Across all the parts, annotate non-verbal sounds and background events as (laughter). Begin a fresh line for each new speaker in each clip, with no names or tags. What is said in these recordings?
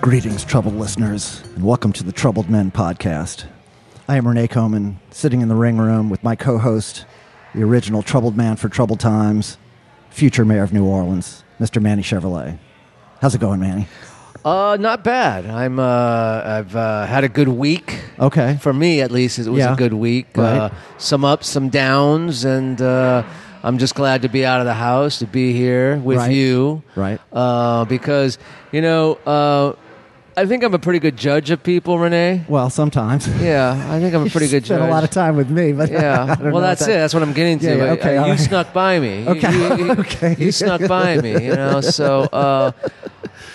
Greetings, troubled listeners, and welcome to the Troubled Men podcast. I am Renee Coman, sitting in the ring room with my co host, the original troubled man for troubled times, future mayor of New Orleans, Mr. Manny Chevrolet. How's it going, Manny?
Uh, not bad. I'm. Uh, I've uh, had a good week.
Okay.
For me, at least, it was
Yeah.
a good week. Uh,
Right.
some ups, some downs, and uh, I'm just glad to be out of the house to be here with
Right.
you.
Right.
Uh, because you know, uh, I think I'm a pretty good judge of people, Renee.
Well, (laughs) sometimes.
Yeah, I think I'm a pretty good
Spent
judge.
a lot of time with me, but (laughs) I
Yeah.
don't know
Well, that's
if
it. That's what I'm getting to.
Yeah, yeah,
Uh,
okay,
you
all right.
snuck by me. You-
Okay.
You,
(laughs)
you-
Okay.
you snuck by me.
(laughs)
You know. So, uh,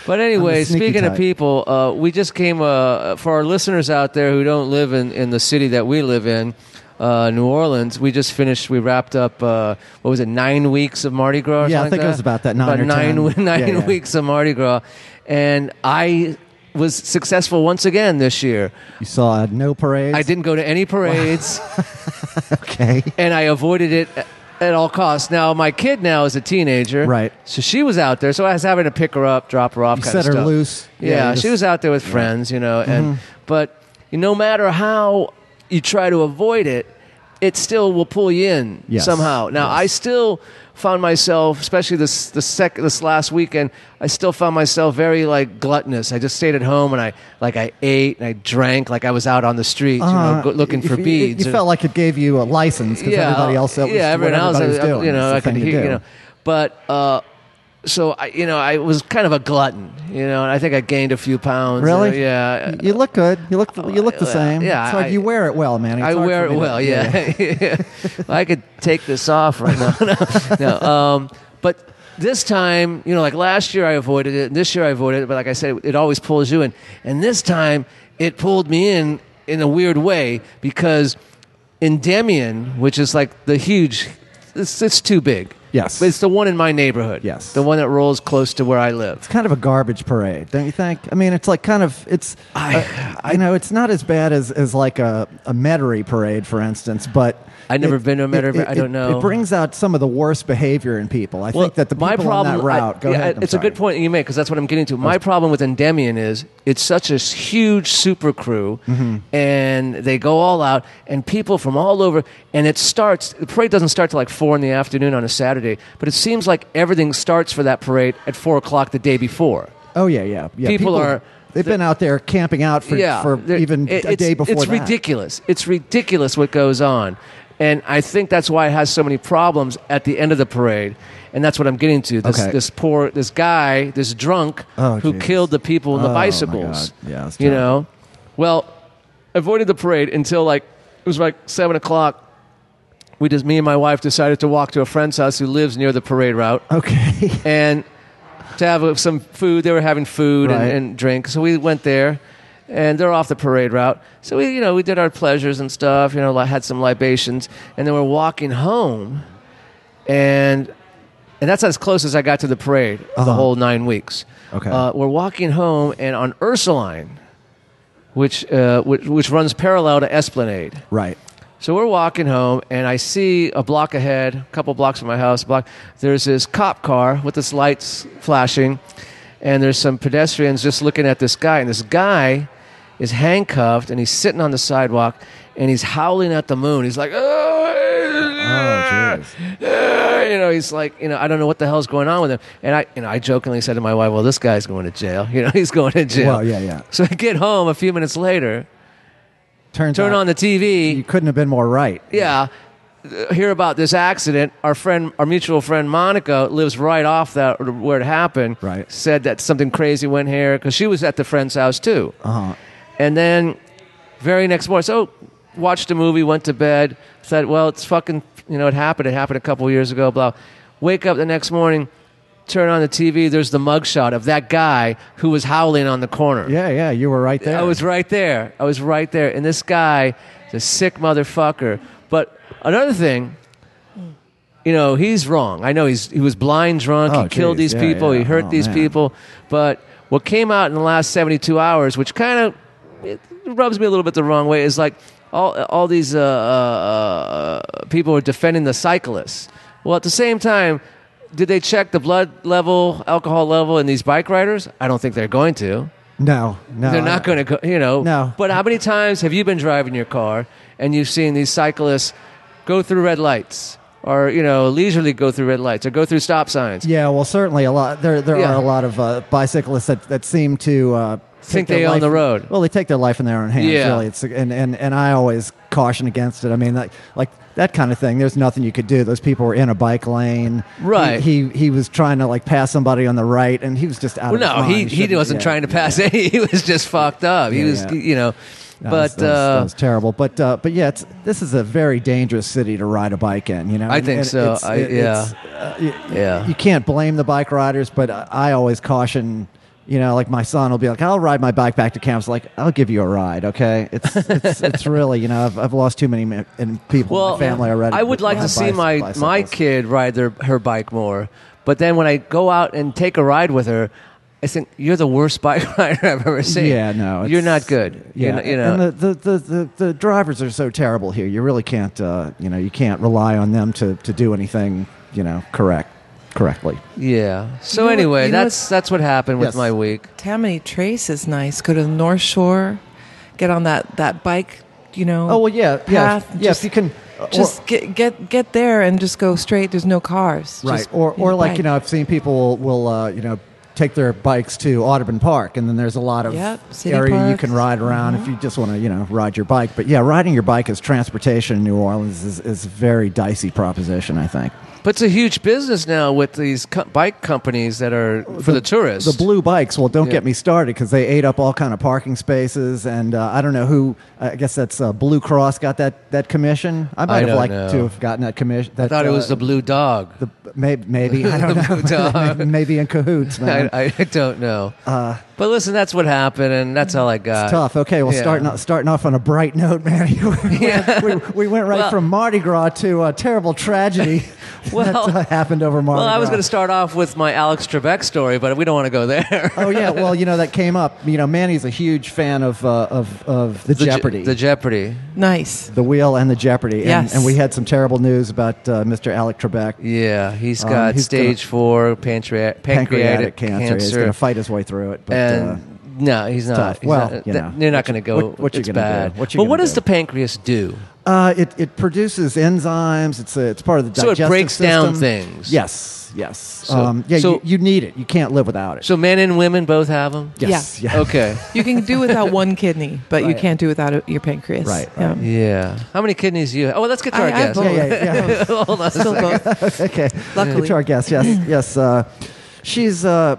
but anyway,
sneaky
speaking of
type.
people, uh, we just came uh, for our listeners out there who don't live in, in the city that we live in. Uh, New Orleans. We just finished. We wrapped up. Uh, what was it? Nine weeks of Mardi Gras. or
Yeah, I
something
think it
like
was about that, nine
About
or
nine, (laughs)
10.
we- nine
Yeah, yeah.
weeks of Mardi Gras, and I was successful once again this year.
You saw no parades.
I didn't go to any parades.
Okay.
and I avoided it a- at all costs. Now my kid now is a teenager,
Right.
So she was out there, so I was having to pick her up, drop her off,
You
kind
set
of
her
stuff.
loose.
Yeah,
Yeah, Mm-hmm. you
she
just-
was out there with friends, you know, and but no matter how you try to avoid it, it still will pull you in
Yes.
somehow. Now I still found myself, especially this the sec this last weekend, I still found myself very like gluttonous. I just stayed at home and I like I ate and I drank like I was out on the street, you know,
Uh,
go, looking for
you- you-
beads.
You,
and-
felt like it gave you a license because everybody else, that was
yeah, everyone
what
else,
everybody was
I- I-
doing.
you know,
It's the
I can
thing to
hear,
do.
you know, but uh, so I, you know, I was kind of a glutton, you know, and I think I gained a few pounds.
Really?
uh, yeah.
You look good. You look. You look the
uh,
same.
yeah,
It's like
I-
you wear it well, man. It's
I
hard
wear
for
it
me to- (laughs)
well, (laughs) yeah. I could take this off right now. (laughs) no, no. Um, but this time, you know, like last year I avoided it, and this year I avoided it, but like I said, it, always pulls you in. And this time it pulled me in in a weird way because Endymion, which is like the huge, it's, it's too big.
Yes.
But it's the one in my neighborhood.
Yes.
The one that rolls close to where I live.
It's kind of a garbage parade, don't you think? I mean, it's like kind of it's.
I-
uh, I know it's not as bad as, as like a a Metairie parade, for instance, but
I've never been to a Metairie
It,
parade. I don't
it-
know.
It brings out some of the worst behavior in people. I think that the people
my problem,
on that route.
I-
go
yeah,
ahead. I'm
It's a
sorry.
good point that you make because that's what I'm getting to. My problem with Endymion is it's such a s- huge super crew,
Mm-hmm.
and they go all out, and people from all over. And it starts. The parade doesn't start till like four in the afternoon on a Saturday, but it seems like everything starts for that parade at four o'clock the day before.
Oh yeah, yeah, yeah.
People are-
They've been out there camping out for for
there-
even
it-
a
it's-
day before
It's
that.
ridiculous. It's ridiculous what goes on, and I think that's why it has so many problems at the end of the parade, and that's what I'm getting to. This,
Okay.
this poor, this guy, this drunk
Oh,
who
Jesus.
killed the people in
Oh,
the
my
bicycles.
God. Yeah, that's
you
terrible.
know, well, avoided the parade until like it was like seven o'clock. We just me and my wife decided to walk to a friend's house who lives near the parade route
Okay. (laughs)
and to have uh, some food. They were having food
Right.
and, and drink, so we went there, and they're off the parade route. So we, you know, we did our pleasures and stuff. You know, li- had some libations, and then we're walking home, and and that's as close as I got to the parade of the
Uh-huh.
whole nine weeks.
Okay.
uh, we're walking home, and on Ursuline, which uh, which, which runs parallel to Esplanade.
right.
So we're walking home, and I see a block ahead, a couple blocks from my house. Block, there's this cop car with its lights flashing, and there's some pedestrians just looking at this guy. And this guy is handcuffed, and he's sitting on the sidewalk, and he's howling at the moon. He's like, "Oh,
jeez.
"Ah," you know, he's like, you know, I don't know what the hell's going on with him. And I, you know, I jokingly said to my wife, well, this guy's going to jail. (laughs) You know, he's going to jail.
Well, yeah, yeah.
So I get home a few minutes later,
Turns
turn
out
on the TV.
You couldn't have been more right.
yeah, uh, hear about this accident. Our friend, our mutual friend Monica, lives right off that where it happened.
Right.
Said that something crazy went here because she was at the friend's house too.
Uh-huh.
And then, very next morning, so watched a movie, went to bed, said, "Well, it's fucking, you know, it happened. It happened a couple years ago." Blah. Wake up the next morning, turn on the TV. There's the mugshot of that guy who was howling on the corner.
Yeah, yeah. You were right there.
I was right there. I was right there. And this guy is a sick motherfucker. But another thing, you know, he's wrong. I know he's he was blind drunk.
Oh,
he killed
geez.
these
Yeah,
people.
yeah.
He hurt
Oh,
these
man.
people. But what came out in the last 72 hours, which kind of it rubs me a little bit the wrong way, is like all all these uh, uh, uh, people are defending the cyclists. Well, at the same time. Did they check the blood level, alcohol level in these bike riders? I don't think they're going to.
No, no.
They're not going to go, you know.
No.
But how many times have you been driving your car and you've seen these cyclists go through red lights or, you know, leisurely go through red lights or go through stop signs?
Yeah, well, certainly a lot. There, there
Yeah.
are a lot of uh, bicyclists that, that seem to uh, take
Think
their
they own
life-
the road.
Well, they take their life in their own hands.
Yeah.
Really, it's and, and and I always caution against it. I mean, like like that kind of thing. There's nothing you could do. Those people were in a bike lane.
Right.
He he, he was trying to like pass somebody on the right, and he was just out.
Well,
of his
no,
mind.
he, he
shouldn't-
wasn't
yeah.
trying to pass any. (laughs) He was just fucked up. He
Yeah,
was,
yeah.
you know.
That was-
But
that was, that
uh,
was terrible. But uh, but yeah, it's, this is a very dangerous city to ride a bike in. You know,
I think so. I-
it's, uh, y-
Yeah.
you can't blame the bike riders, but I I always caution. You know, like my son will be like, "I'll ride my bike back to campus." Like, I'll give you a ride, okay? It's it's,
(laughs)
it's really, you know, I've, I've lost too many ma- and people
well,
in my family already.
I would like to
riding
see
bicy-
my my
bicycles.
kid ride their, her bike more. But then when I go out and take a ride with her, I think you're the worst bike (laughs) rider I've ever seen.
Yeah, no,
you're
it's-
not good.
Yeah,
You're not- you know.
and the, the, the, the, the drivers are so terrible here. You really can't, uh, you know, you can't rely on them to, to do anything, you know, correct, correctly.
Yeah. So
You know what-
anyway,
you know
that's that's what happened with
Yes.
my week.
Tammany Trace is nice. Go to the North Shore, get on that that bike. You know.
Oh well, yeah,
path.
yeah, yeah. If you can,
just get get get there and just go straight. There's no cars.
right,
Just
or or
your
like
bike.
you know, I've seen people will, will uh, you know take their bikes to Audubon Park, and then there's a lot of
Yep, city
area you
parks.
can ride around if you just want to you know ride your bike. But yeah, riding your bike as transportation in New Orleans is is a very dicey proposition, I think.
But it's a huge business now with these co- bike companies that are for the, tourists.
The blue bikes. Well, don't
Yeah.
get me started because they ate up all kind of parking spaces, and uh, I don't know who. I guess that's uh, Blue Cross got that that commission. I might
I
have
don't
liked
know.
to have gotten that commission.
I thought it
uh,
was the blue dog.
The, maybe,
(laughs)
maybe I don't
The
(laughs)
blue
know.
dog.
maybe, in cahoots, man.
(laughs)
Uh,
I, I don't know. but listen, that's what happened, and that's all I got.
it's tough. Okay, well,
Yeah.
starting o- starting off on a bright note, man. (laughs)
Yeah.
we, we went right
Well-
from Mardi Gras to a terrible tragedy (laughs)
Well-
that uh, happened over Mardi
Well,
Gras.
I was going to start off with my Alex Trebek story, but we don't want to go there. (laughs)
Oh yeah, well you know that came up. You know Manny's a huge fan of uh, of of the,
The Je-
Jeopardy,
the Jeopardy.
nice.
the Wheel, and the Jeopardy. And,
Yes.
and we had some terrible news about uh, Mr. Alec Trebek,
Yeah, he's
Um,
got
he's
stage four pancreatic,
pancreatic,
pancreatic,
cancer. He's going to fight his way through it. But,
and
uh,
no, he's not.
tough.
He's
Well,
not,
you
th-
know,
they're not
what
going to
you-
go.
what- what you
it's
gonna do?
bad.
What you
but
gonna
what does
do?
the pancreas do?
Uh, it, it produces enzymes. It's a, it's part of the
So it
digestive
breaks
system.
down things.
Yes, yes.
So-
um, yeah,
so-
you, you need it. You can't live without it.
So men and women both have them.
yes,
Yeah.
yes.
Okay.
You can do without one kidney, but you
Right.
can't do without it- your pancreas.
Right,
Yeah.
Yeah. How many kidneys do you? have? Oh, well, let's get to
I-
our
I
guest.
both.
Yeah, yeah, yeah.
(laughs)
Hold on. a
Still
second.
(laughs)
both.
okay.
Luckily.
to our guest. Yes, yes. Uh, she's uh,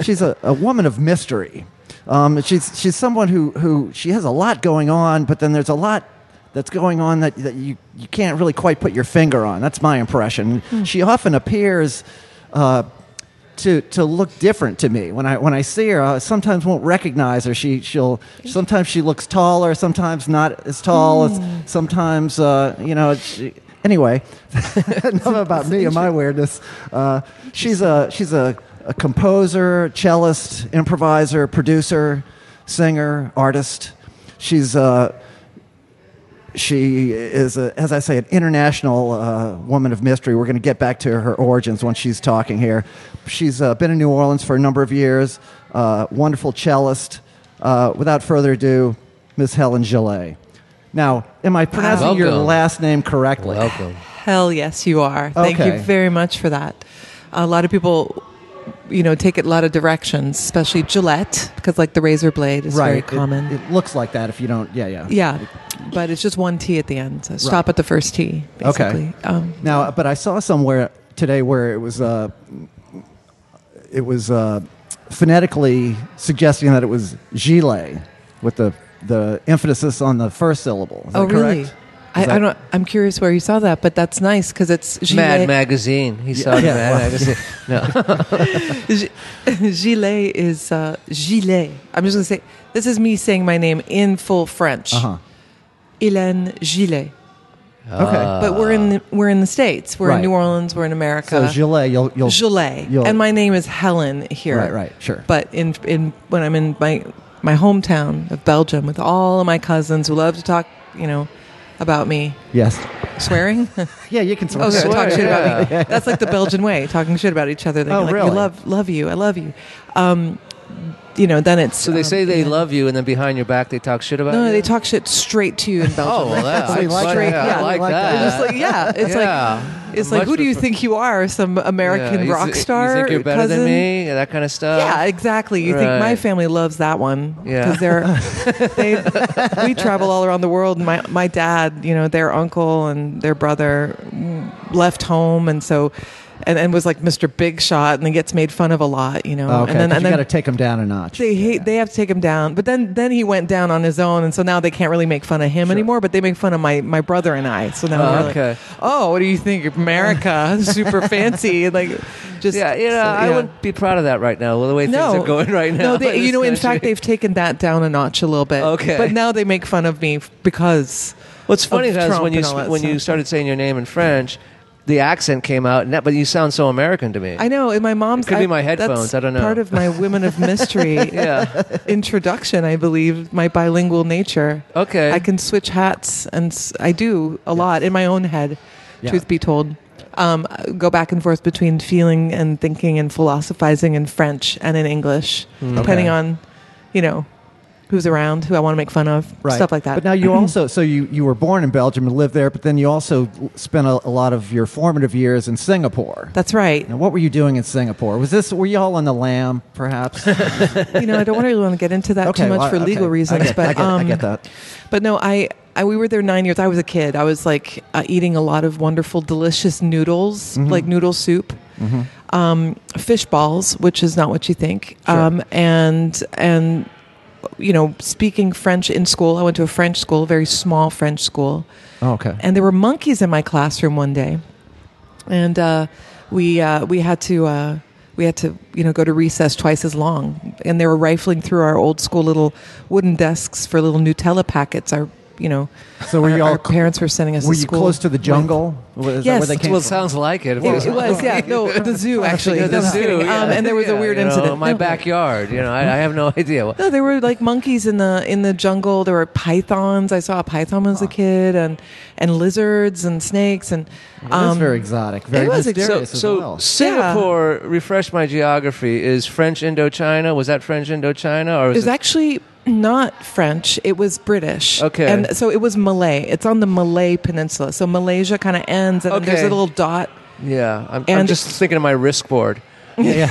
she's a, a woman of mystery. Um, she's she's someone who who she has a lot going on, but then there's a lot that's going on that, that you you can't really quite put your finger on. That's my impression. She often appears. Uh, to, to look different to me when I when I see her, I sometimes won't recognize her. She she'll sometimes she looks taller, sometimes not as tall. As, sometimes uh, you know. She, anyway, (laughs) enough about me and my weirdness. Uh, she's a she's a, a composer, cellist, improviser, producer, singer, artist. She's uh, she is, a, as I say, an international uh, woman of mystery. We're going to get back to her origins once she's talking here. She's uh, been in New Orleans for a number of years. Uh, wonderful cellist. Uh, without further ado, Miss Helen Gillet. Now, am I pronouncing your
Welcome.
last name correctly?
Welcome.
Hell yes, you are. Thank
Okay.
you very much for that. A lot of people, you know, take it a lot of directions, especially Gillette, because like the razor blade is very
It-
common.
It, looks like that if you don't. Yeah, yeah.
yeah, but it's just one T at the end. So stop at the first T, basically. Um,
Now, but I saw somewhere today where it was uh, it was uh, phonetically suggesting that it was gilet with the the emphasis on the first syllable. Is
oh,
that correct?
really? I,
Is that-
I don't. I'm curious where you saw that, but that's nice because it's
Mad
Gillette.
Magazine. He saw
Yeah.
Mad
Well-
Magazine. No.
G- (laughs) Gilet is uh, gilet. I'm just going to say this is me saying my name in full French.
Uh-huh.
Hélène Gilet.
Okay.
Uh, But we're in the, we're in the states. We're
Uh. Right.
in New Orleans. We're in
so
America.
gilet, you'll you'll
Gilet.
you'll-
uh, and my name is Helen here.
Right, right, sure.
But in in when I'm in my my hometown of Belgium with all of my cousins who love to talk, you know, about me
yes.
(laughs)
swearing. (laughs)
Yeah, you can.
Oh,
yeah.
okay,
Swear,
talk shit
yeah.
(laughs) about me. That's like the Belgian way, talking shit about each other. They
Oh,
like,
really?
You love, love you. I love you. Um, you know, then it's. (laughs)
So
um,
they say they love you, and then behind your back they talk shit about
No,
you.
no, they talk shit straight to you in
(laughs)
Belgium.
Oh, well, that,
It's
I
like
like
straight-
that.
yeah,
I like
like
that.
that.
It's like, yeah, it's
Yeah.
like, it's
Much
like, who do you
prefer-
think you are? Some American
Yeah, you
rock
thi-
star?
You think you're better
cousin?
than me? and That kind of stuff.
Yeah, exactly. You think my
Right.
family loves that one?
Yeah. (laughs)
because they're they we travel all around the world. And my my dad, you know, their uncle and their brother mm, left home, and so and, and was like Mr. Big Shot, and he gets made fun of a lot, you know.
Oh, okay,
and then
'cause
and
you
then
got to take them down a notch.
they hate they have to take him down. But then then he went down on his own, and so now they can't really make fun of him anymore. But they make fun of my my brother and I. So now
Oh,
we're like,
okay.
oh, what do you think, America?
(laughs)
Super fancy, and like just
Yeah, you know,
so,
I
yeah.
wouldn't be proud of that right now. Well, the way (laughs) things
No,
are going right now.
No, they, you
this
know, in
country.
fact, they've taken that down a notch a little bit.
Okay.
but now they make fun of me f- because
What's funny
of
is
Trump
when you
and all that
when you
stuff.
started saying your name in French, the accent came out, and that, but you sound so American to me.
I (laughs) know in my mom's
could
I,
be my
that's
headphones, I don't know.
Part of my women of
(laughs)
mystery (laughs)
yeah.
introduction, I believe, my bilingual nature.
Okay.
I can switch hats, and s- I do a lot in my own head.
Yeah.
Truth be told, um, go back and forth between feeling and thinking and philosophizing in French and in English,
Hmm.
depending
Okay.
on, you know, who's around, who I want to make fun of,
Right.
stuff like that.
But now you also, so you, you were born in Belgium and lived there, but then you also l- spent a, a lot of your formative years in Singapore.
That's right.
Now, what were you doing in Singapore? Was this, were you all on the lamb, perhaps? okay,
You know, I don't really want to get into that too much
well,
for
okay.
legal
I
reasons,
get-
but
I get,
um,
I get that.
But no, I, I we were there nine years. I was a kid. I was like uh, eating a lot of wonderful, delicious noodles,
Mm-hmm.
like noodle soup, um, fish balls, which is not what you think, um, and and you know, speaking French in school. I went to a French school, very small French school.
(laughs) Oh, okay.
And there were monkeys in my classroom one day, and uh, we uh, we had to uh, we had to you know go to recess twice as long, and they were rifling through our old school little wooden desks for little Nutella packets. Our you know,
So were
our,
you all
our
cl-
parents were sending us.
were
to
you
school
close to the
with-
jungle? Is that
Yes,
where they
it's
came
well, it
from?
sounds like it.
(laughs) It, it
(laughs)
was yeah no
(laughs)
the zoo actually
Yeah, the
No, I'm
zoo,
kidding.
yeah.
um, and there was
Yeah,
a weird
you know,
incident
My
No.
backyard. You know, I, I have no idea.
(laughs)
Well,
No, there were like monkeys in the in the jungle. There were pythons. I saw a python when I was a kid, and and lizards and snakes and
It was
um,
very exotic, very
was exotic.
mysterious as
so
well.
Singapore. Refresh my geography. Is French Indochina? Was that French Indochina, or
It
is
was actually not French. It was British.
Okay.
And so it was Malay. It's on the Malay Peninsula. So Malaysia kind of ends, and then there's
Okay.
a little dot.
Yeah, I'm, I'm
And-
just thinking of my risk board.
(laughs)
(laughs) Yeah.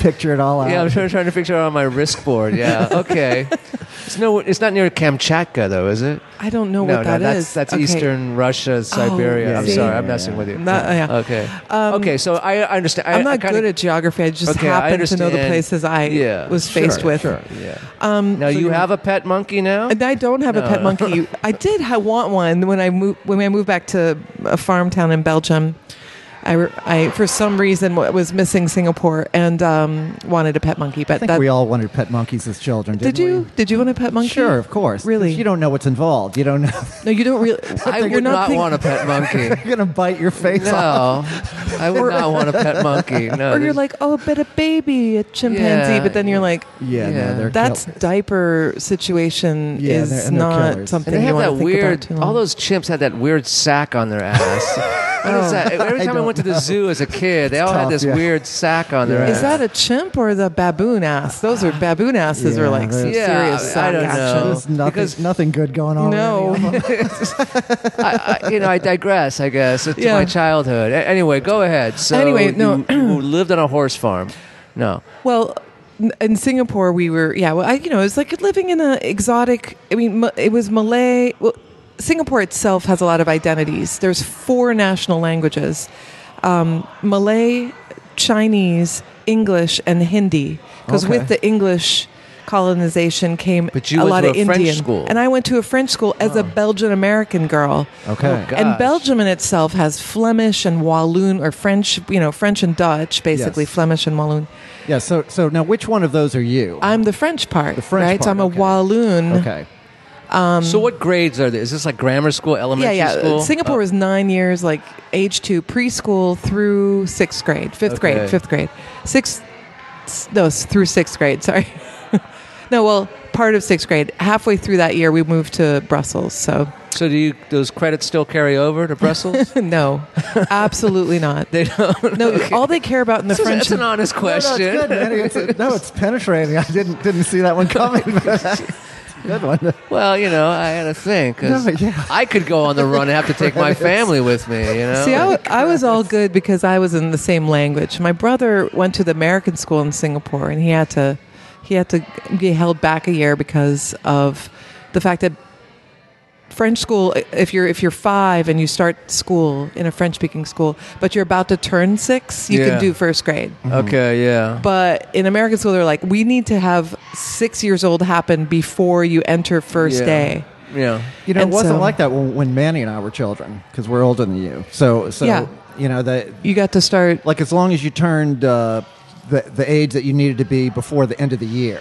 Picture it all out.
Yeah, I'm trying, trying to figure out my risk board. Yeah, okay. It's no, it's not near Kamchatka though, is it?
I don't know
no,
what
no,
that
that's
is.
that's
Okay.
Eastern Russia, Siberia.
yeah,
I'm
yeah,
sorry,
yeah,
I'm
yeah,
messing
yeah.
with you.
Not- yeah. Um,
Okay, okay. So I, I understand. I,
I'm not
I kinda-
good at geography. I just
Okay, I
happen to know the
understand.
places I
Yeah,
was
sure,
faced with.
Sure. Yeah.
Um,
Now you
so you're-
have a pet monkey now.
And I don't have a pet
(laughs)
monkey. I did ha- want one when I moved when I moved back to a farm town in Belgium. I, re- I for some reason w- was missing Singapore and um, wanted a pet monkey, but
I think
that,
we all wanted pet monkeys as children, didn't
did you did you want a pet
we?
monkey?
Sure, of course. 'Cause
Really?
You don't know what's involved. You don't know.
No, you don't really.
(laughs) I
you're
would not
thinking-
want a pet monkey.
(laughs)
You're going to bite your face off.
No, I would not want a pet monkey. No,
Or
there's-
you're like, oh, but a baby, a chimpanzee,
Yeah,
but then you're
yeah.
like,
Yeah,
Yeah.
no, they're
that's diaper situation
Yeah, they're-
is
and they're
not
killers.
something
And they
you
have
want
that
to think
weird.
about too long.
All those chimps had that weird sack on their
(laughs)
ass. What
Oh,
is that? Every
I
time I,
don't
went to the zoo as a kid, they all
tough,
had this
yeah.
weird sack on their
Yeah.
ass.
Is that a chimp or the baboon ass? Those are baboon asses
Yeah,
are like some
they're-
Yeah,
serious
I don't
action.
know.
There's nothing,
Because-
nothing good going on. with
No.
any of
(laughs)
them.
I, I, you know, I digress. I guess it's
Yeah.
my childhood. A- anyway, go ahead. So
Anyway, no.
you, you lived on a horse farm. No,
Well, n- in Singapore, we were yeah. Well, I you know it was like living in an exotic. I mean, Ma- it was Malay. Well, Singapore itself has a lot of identities. There's four national languages: um, Malay, Chinese, English, and Hindi. Because
Okay.
with the English colonization came
But you
a
went
lot
to
of
a French
Indian.
school.
And I went to a French school as a Belgian American girl.
Okay.
God. Gosh.
And Belgium in itself has Flemish and Walloon, or French, you know, French and Dutch, basically
Yes.
Flemish and Walloon.
yeah. So, so now, which one of those are you?
I'm the French part.
The French
right? So
part,
I'm a
okay.
Walloon.
okay.
so what grades are there? Is this like grammar school,
Um, Yeah,
elementary
yeah.
school? Oh.
Singapore was nine years, like age two, preschool through sixth grade, fifth
Okay.
grade, fifth grade, sixth, s- no, s- through sixth grade. (laughs) Sorry. no, well, part of sixth grade. Halfway through that year, we moved to Brussels.
Uh,
So (laughs)
So do you? Those credits still carry over to Brussels?
no, absolutely not.
they don't.
No, all they care about in the
That's,
French.
an honest
No,
question.
no, it's good, man. It's, it- no, it's penetrating. I didn't didn't see that one coming. but it's a (laughs) good one.
Well, you know, I had to think. 'cause
No, yeah.
I could go on the run and have to
(laughs)
take my family with me. You know.
Oh,
See, I, wa- I was all good because I was in the same language. My brother went to the American school in Singapore, and he had to he had to be held back a year because of the fact that French school. i- If you're if you're five and you start school in a French speaking school, but you're about to turn six, you
Yeah.
can do first grade.
okay. Yeah.
But in American school, they're like, we need to have six years old happen before you enter first
Yeah.
day.
Yeah.
You know, it
And
wasn't
so-
like that when, when Manny and I were children because we're older than you. So, so
Yeah.
you know that
You got to start.
like as long as you turned uh, the the age that you needed to be before the end of the year,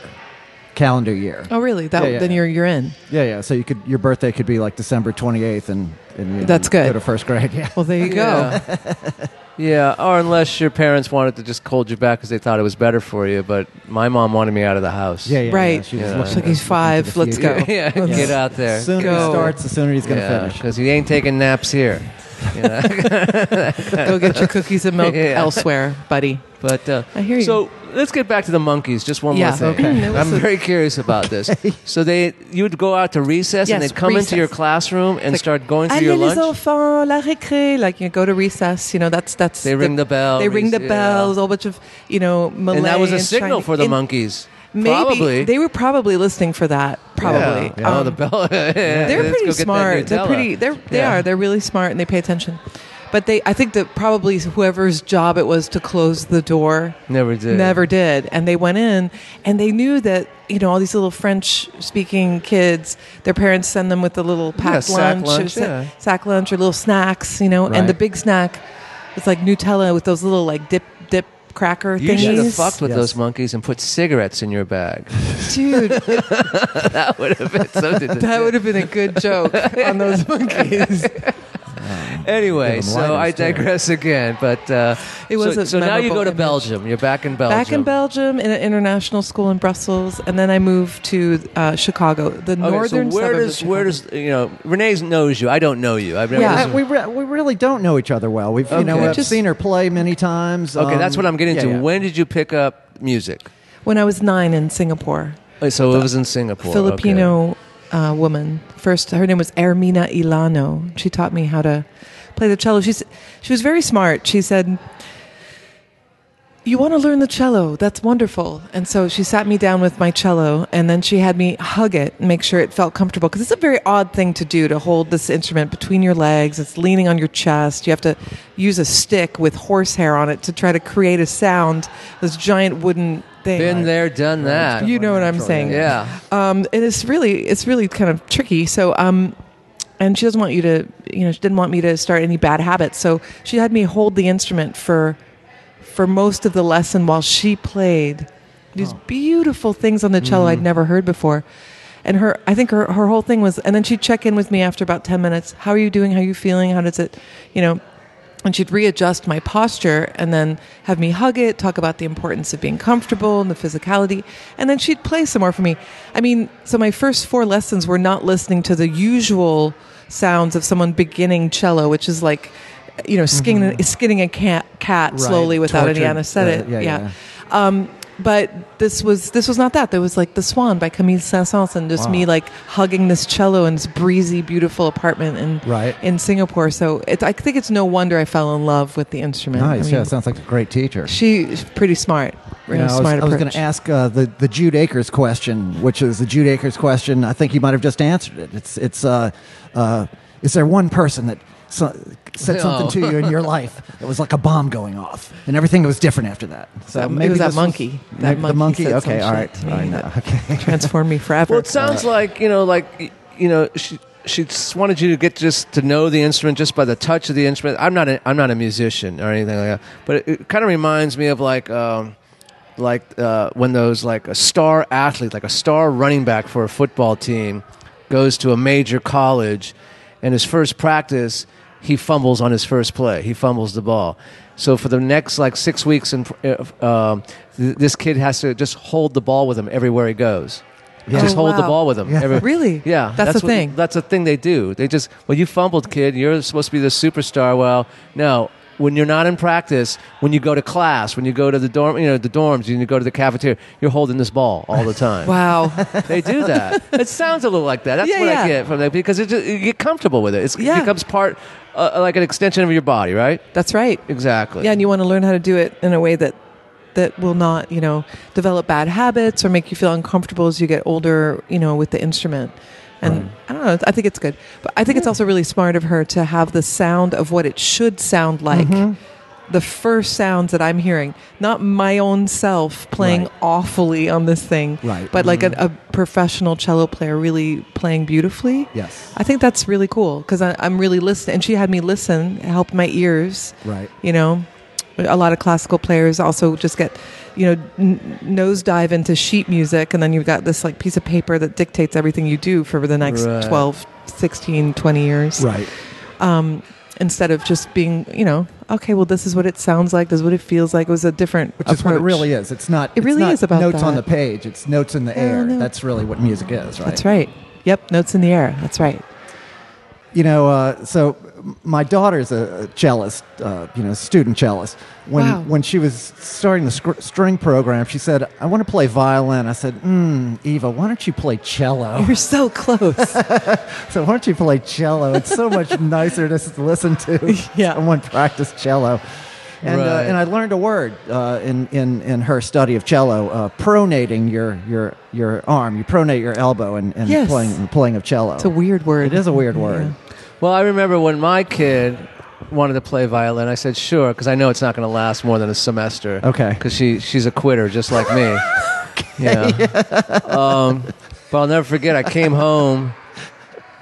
calendar year.
Oh, really? That
Yeah, yeah,
then
yeah.
you're you're in.
Yeah, yeah. So you could your birthday could be like December twenty eighth, and, and you know,
That's good.
Go to first grade. (laughs) Yeah.
Well, there you go.
Yeah. yeah, or unless your parents wanted to just hold you back because they thought it was better for you. but my mom wanted me out of the house.
Yeah, yeah,
Right.
Yeah,
(laughs) Yeah.
looking-
It's like
he's
looking to the
five, let's
future.
go.
Yeah, get out there.
The sooner
Go.
he starts, the sooner he's going to finish.
because he ain't taking naps
(laughs)
here. You know?
Go get your cookies and (laughs) milk
Yeah.
elsewhere, buddy.
(laughs) But uh,
I hear you.
So let's get back to the monkeys. Just one
Yeah.
more thing.
Okay. That was
I'm
a-
very curious about
(laughs)
this. So they, you would go out to recess, and
Yes,
they'd come into
recess.
your classroom and
like,
start going through your
Allez les
lunch.
enfants, la récré. Like you know, go to recess. You know, that's that's.
They ring the bell,
They ring the
rec-
bells.
yeah.
A whole bunch of you know Malay.
and that was a
and
signal
Chinese-
for the
and
monkeys.
Maybe
probably.
they were probably listening for that. Probably.
Yeah. oh,
Um,
the bell. (laughs) Let's
they're
go
pretty
get that
smart. They're
Nutella.
pretty. They're they
Yeah.
are. They're really smart and they pay attention. But they, I think that probably whoever's job it was to close the door
Never did.
Never did. And they went in and they knew that, you know, all these little French speaking kids, their parents send them with the little packed
Yeah, sack
lunch, or
lunch,
sa-
yeah.
sack lunch or little snacks, you know,
Right.
and the big snack was like Nutella with those little like dip dip cracker
You
thingies.
should have fucked with
Yes.
those monkeys and put cigarettes in your (laughs) bag.
Dude,
(laughs) that would have been something. (laughs) to
that
do.
would have been a good
(laughs)
joke on those monkeys.
Anyway,
Give 'em
so
lighters,
I
too.
digress again, but uh,
It was
so,
a
so now you
memorable
go to
image.
Belgium. You're back in Belgium.
Back in Belgium in an international school in Brussels, and then I moved to uh, Chicago, the
Okay,
northern
so where
suburbs of
does where
Chicago.
does you know Renee knows you? I don't know you. I've never.
Yeah.
this
Uh,
is-
we, re- we really don't know each other well. We've you know
Okay.
I've
Just-
seen her play many times.
okay,
um,
that's what I'm getting
yeah,
to.
yeah.
When did you pick up music?
when I was nine in Singapore.
Uh, So it was in Singapore. okay.
Filipino uh, woman. First, her name was Ermina Ilano. She taught me how to play the cello. She's, she was very smart. She said, You want to learn the cello? That's wonderful. And so she sat me down with my cello, and then she had me hug it and make sure it felt comfortable. Because it's a very odd thing to do to hold this instrument between your legs. It's leaning on your chest. You have to use a stick with horsehair on it to try to create a sound, this giant wooden thing.
Been there, done that.
You know what I'm
Natural,
saying.
yeah.
Um, and it's really, it's really kind of tricky. So, um, and she doesn't want you to, you know, she didn't want me to start any bad habits. So she had me hold the instrument for, for most of the lesson while she played these beautiful things on the cello I'd never heard before. And her, I think her, her whole thing was, and then she'd check in with me after about 10 minutes. How are you doing? How are you feeling? How does it, you know, and she'd readjust my posture and then have me hug it, talk about the importance of being comfortable and the physicality. And then she'd play some more for me. I mean, so my first four lessons were not listening to the usual sounds of someone beginning cello, which is like, you know, skinning, skinning a cat, cat
Right,
slowly without any
tortured,
anesthetic.
uh, yeah, yeah,
Um, but this was this was not that. There was like The Swan by Camille Saint-Saëns and just
Wow.
me like hugging this cello in this breezy, beautiful apartment in
Right.
in Singapore. So it, I think it's no wonder I fell in love with the instrument.
Nice.
I mean,
yeah, sounds like a great teacher.
she's pretty smart.
You
Really
know, I was,
smart
I was
approach.
going to ask uh, the the Jude Acres question, which is the Jude Acres question. I think you might have just answered it. It's it's uh, uh, is there one person that so, said
No.
something to you in your life that was like a bomb going off, and everything was different after that? So
That- Um, it was
uh, this
that monkey. That
maybe
monkey
the monkey.
said
Okay,
some
all
shit
right.
to me
I know. (laughs)
that-
Okay.
(laughs) transformed me forever.
Well, it sounds like you know, like y- you know, she she just wanted you to get just to know the instrument just by the touch of the instrument. I'm not a, I'm not a musician or anything like that, but it, it kind of reminds me of like. Um, like uh, when those like a star athlete, like a star running back for a football team, goes to a major college, and his first practice, he fumbles on his first play. He fumbles the ball. So for the next like six weeks, and uh, um, th- this kid has to just hold the ball with him everywhere he goes.
Yeah.
Just
Oh,
hold the
wow.
ball with them.
Yeah.
Really?
Yeah.
That's the
what-
thing.
That's a thing they do. They just, well, you fumbled, kid. You're supposed to be the superstar. Well, no. When you're not in practice, when you go to class, when you go to the dorm, you know the dorms, when you go to the cafeteria, you're holding this ball all the time. (laughs)
Wow.
They do
(laughs)
that. it sounds a little like that. That's
Yeah,
what I
yeah.
get from that because it just, you get comfortable with it. It's,
Yeah.
It becomes part, uh, like an extension of your body, right?
That's right.
Exactly.
Yeah, and you want to learn how to do it in a way that that will not, you know, develop bad habits or make you feel uncomfortable as you get older, you know, with the instrument. And I don't know, I think it's good. But I think it's also really smart of her to have the sound of what it should sound like.
Mm-hmm.
The first sounds that I'm hearing, not my own self playing
Right.
awfully on this thing,
Right. Mm-hmm.
but like a, a professional cello player really playing beautifully.
Yes.
I think that's really cool because I'm really listening. And she had me listen, it helped my ears.
Right.
You know, a lot of classical players also just get, you know, n- nosedive into sheet music. And then you've got this like piece of paper that dictates everything you do for the next
Right.
twelve, sixteen, twenty 12, 16, 20 years.
Right.
Um, instead of just being, you know, okay, well, this is what it sounds like. This is what it feels like. It was a different
Which is what it
approach.
really is. It's not.
It
it's
really
not
is about
notes on the
that.
page. It's notes in the
Yeah,
air.
no.
That's really what music is, right?
That's right. Yep. Notes in the air. That's right.
You know, uh, so my daughter's a a cellist, uh, you know, student cellist. When
Wow.
when she was starting the scr- string program, she said, "I want to play violin." I said, mm, "Eva, why don't you play cello?"
You're
(laughs)
so close.
So why don't you play cello? It's so
(laughs)
much nicer to s- listen to (laughs)
Yeah.
someone practice cello. And, uh,
Right.
and I learned a word uh, in, in, in her study of cello, uh, pronating your, your, your arm. You pronate your elbow in, in
Yes.
playing, in playing of cello.
it's a weird word.
It is a weird
(laughs)
word.
Well, I remember when my kid wanted to play violin, I said sure because I know it's not going to last more than a semester.
Okay.
Because she she's a quitter just like (laughs) me. yeah. Um, but I'll never forget. I came home,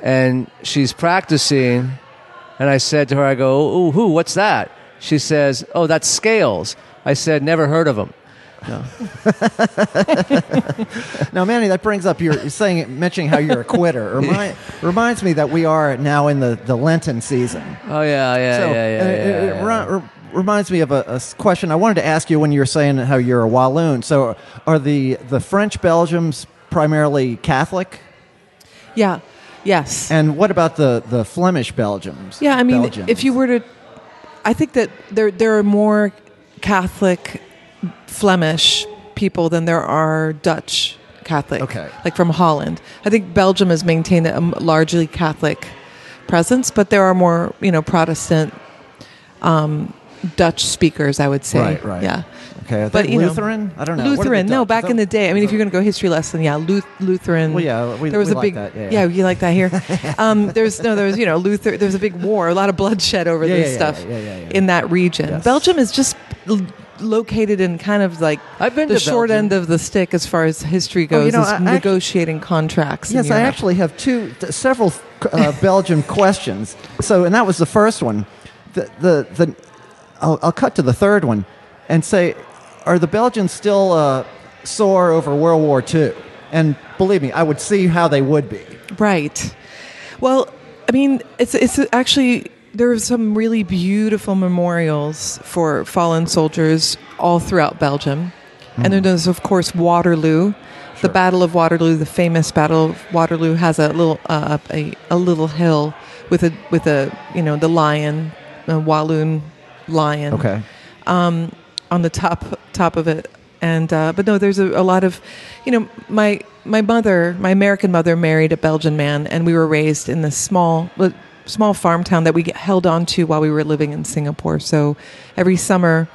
and she's practicing, and I said to her, "I go, ooh, who? What's that?" She says, "Oh, that's scales." I said, "Never heard of them."
Now, Manny, that brings up your you're saying mentioning how you're a quitter.
(laughs)
Remind, reminds me that we are now in the, the Lenten season.
Oh yeah, yeah,
so
yeah, yeah.
and it,
yeah,
it
yeah.
ri- r- reminds me of a, a s- question I wanted to ask you when you were saying how you're a Walloon. So, are the the French Belgians primarily Catholic,
Yeah. Yes.
and what about the the Flemish Belgians?
Yeah, I mean,
Belgians?
if you were to, I think that there there are more Catholic Flemish people than there are Dutch Catholic.
Okay.
like from Holland. I think Belgium has maintained a m- largely Catholic presence, but there are more, you know, Protestant um, Dutch speakers. I would say.
Right, right.
Yeah.
okay, are
but,
they
you know-
Lutheran, I don't know. What are the
Lutheran, no.
Dutch-
Back
so-
in the day, I mean, if you're going to go history lesson, yeah, Luth- Lutheran.
Well, yeah, we-
there was
we
a
like
big,
that, yeah.
you like that here. um, there's no, there was you know, Luther. There's a big war, a lot of bloodshed over
Yeah,
this
yeah, yeah,
stuff
yeah, yeah, yeah.
in that region.
Yes.
Belgium is just l- located in kind of like
I've been
the
to
short
Belgium.
end of the stick as far as history
Oh,
goes.
you know,
is
I- I actu-
negotiating contracts. in
Yes, I
Europe.
actually have two, th- several (laughs) uh, Belgium questions. So, and that was the first one. The, the, the, I'll, I'll cut to the third one and say, are the Belgians still uh, sore over World War II? And believe me, I would see how they would be.
Right. Well, I mean, it's it's actually there are some really beautiful memorials for fallen soldiers all throughout Belgium,
Mm.
and then there's of course Waterloo. The Battle of Waterloo, the famous Battle of Waterloo, has a little uh, a a little hill with a with a you know the lion, a Walloon lion um, on the top top of it. And uh, but no, there's a, a lot of, you know, my my mother, my American mother, married a Belgian man, and we were raised in this small li- small farm town that we get held on to while we were living in Singapore. So every summer,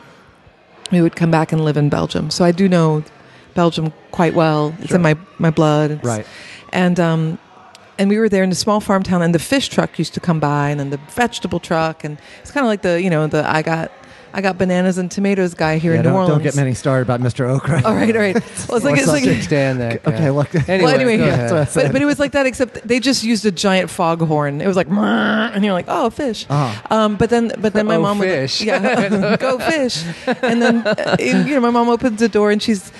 we would come back and live in Belgium. So I do know Belgium quite well. It's
Sure.
in my my blood. It's-
Right.
And um, and we were there in a small farm town, and the fish truck used to come by, and then the vegetable truck, and it's kind of like the you know the I got I got bananas and tomatoes guy here in New
don't,
Orleans.
get many started about Mr. Okra.
(laughs)
(laughs)
All right, all right. Well, it's like it's like.
Sausage stand there.
Okay, look.
Anyway,
well, anyway,
go
yeah.
ahead.
So it's-
But, but it was like that, except they just used a giant foghorn. It was like, "Mrrr," and you're like, oh, fish.
Uh-huh.
Um, but then, but then my
Oh,
mom would-
fish.
yeah, (laughs) go fish. And then, uh, you know, my mom opens the door and she's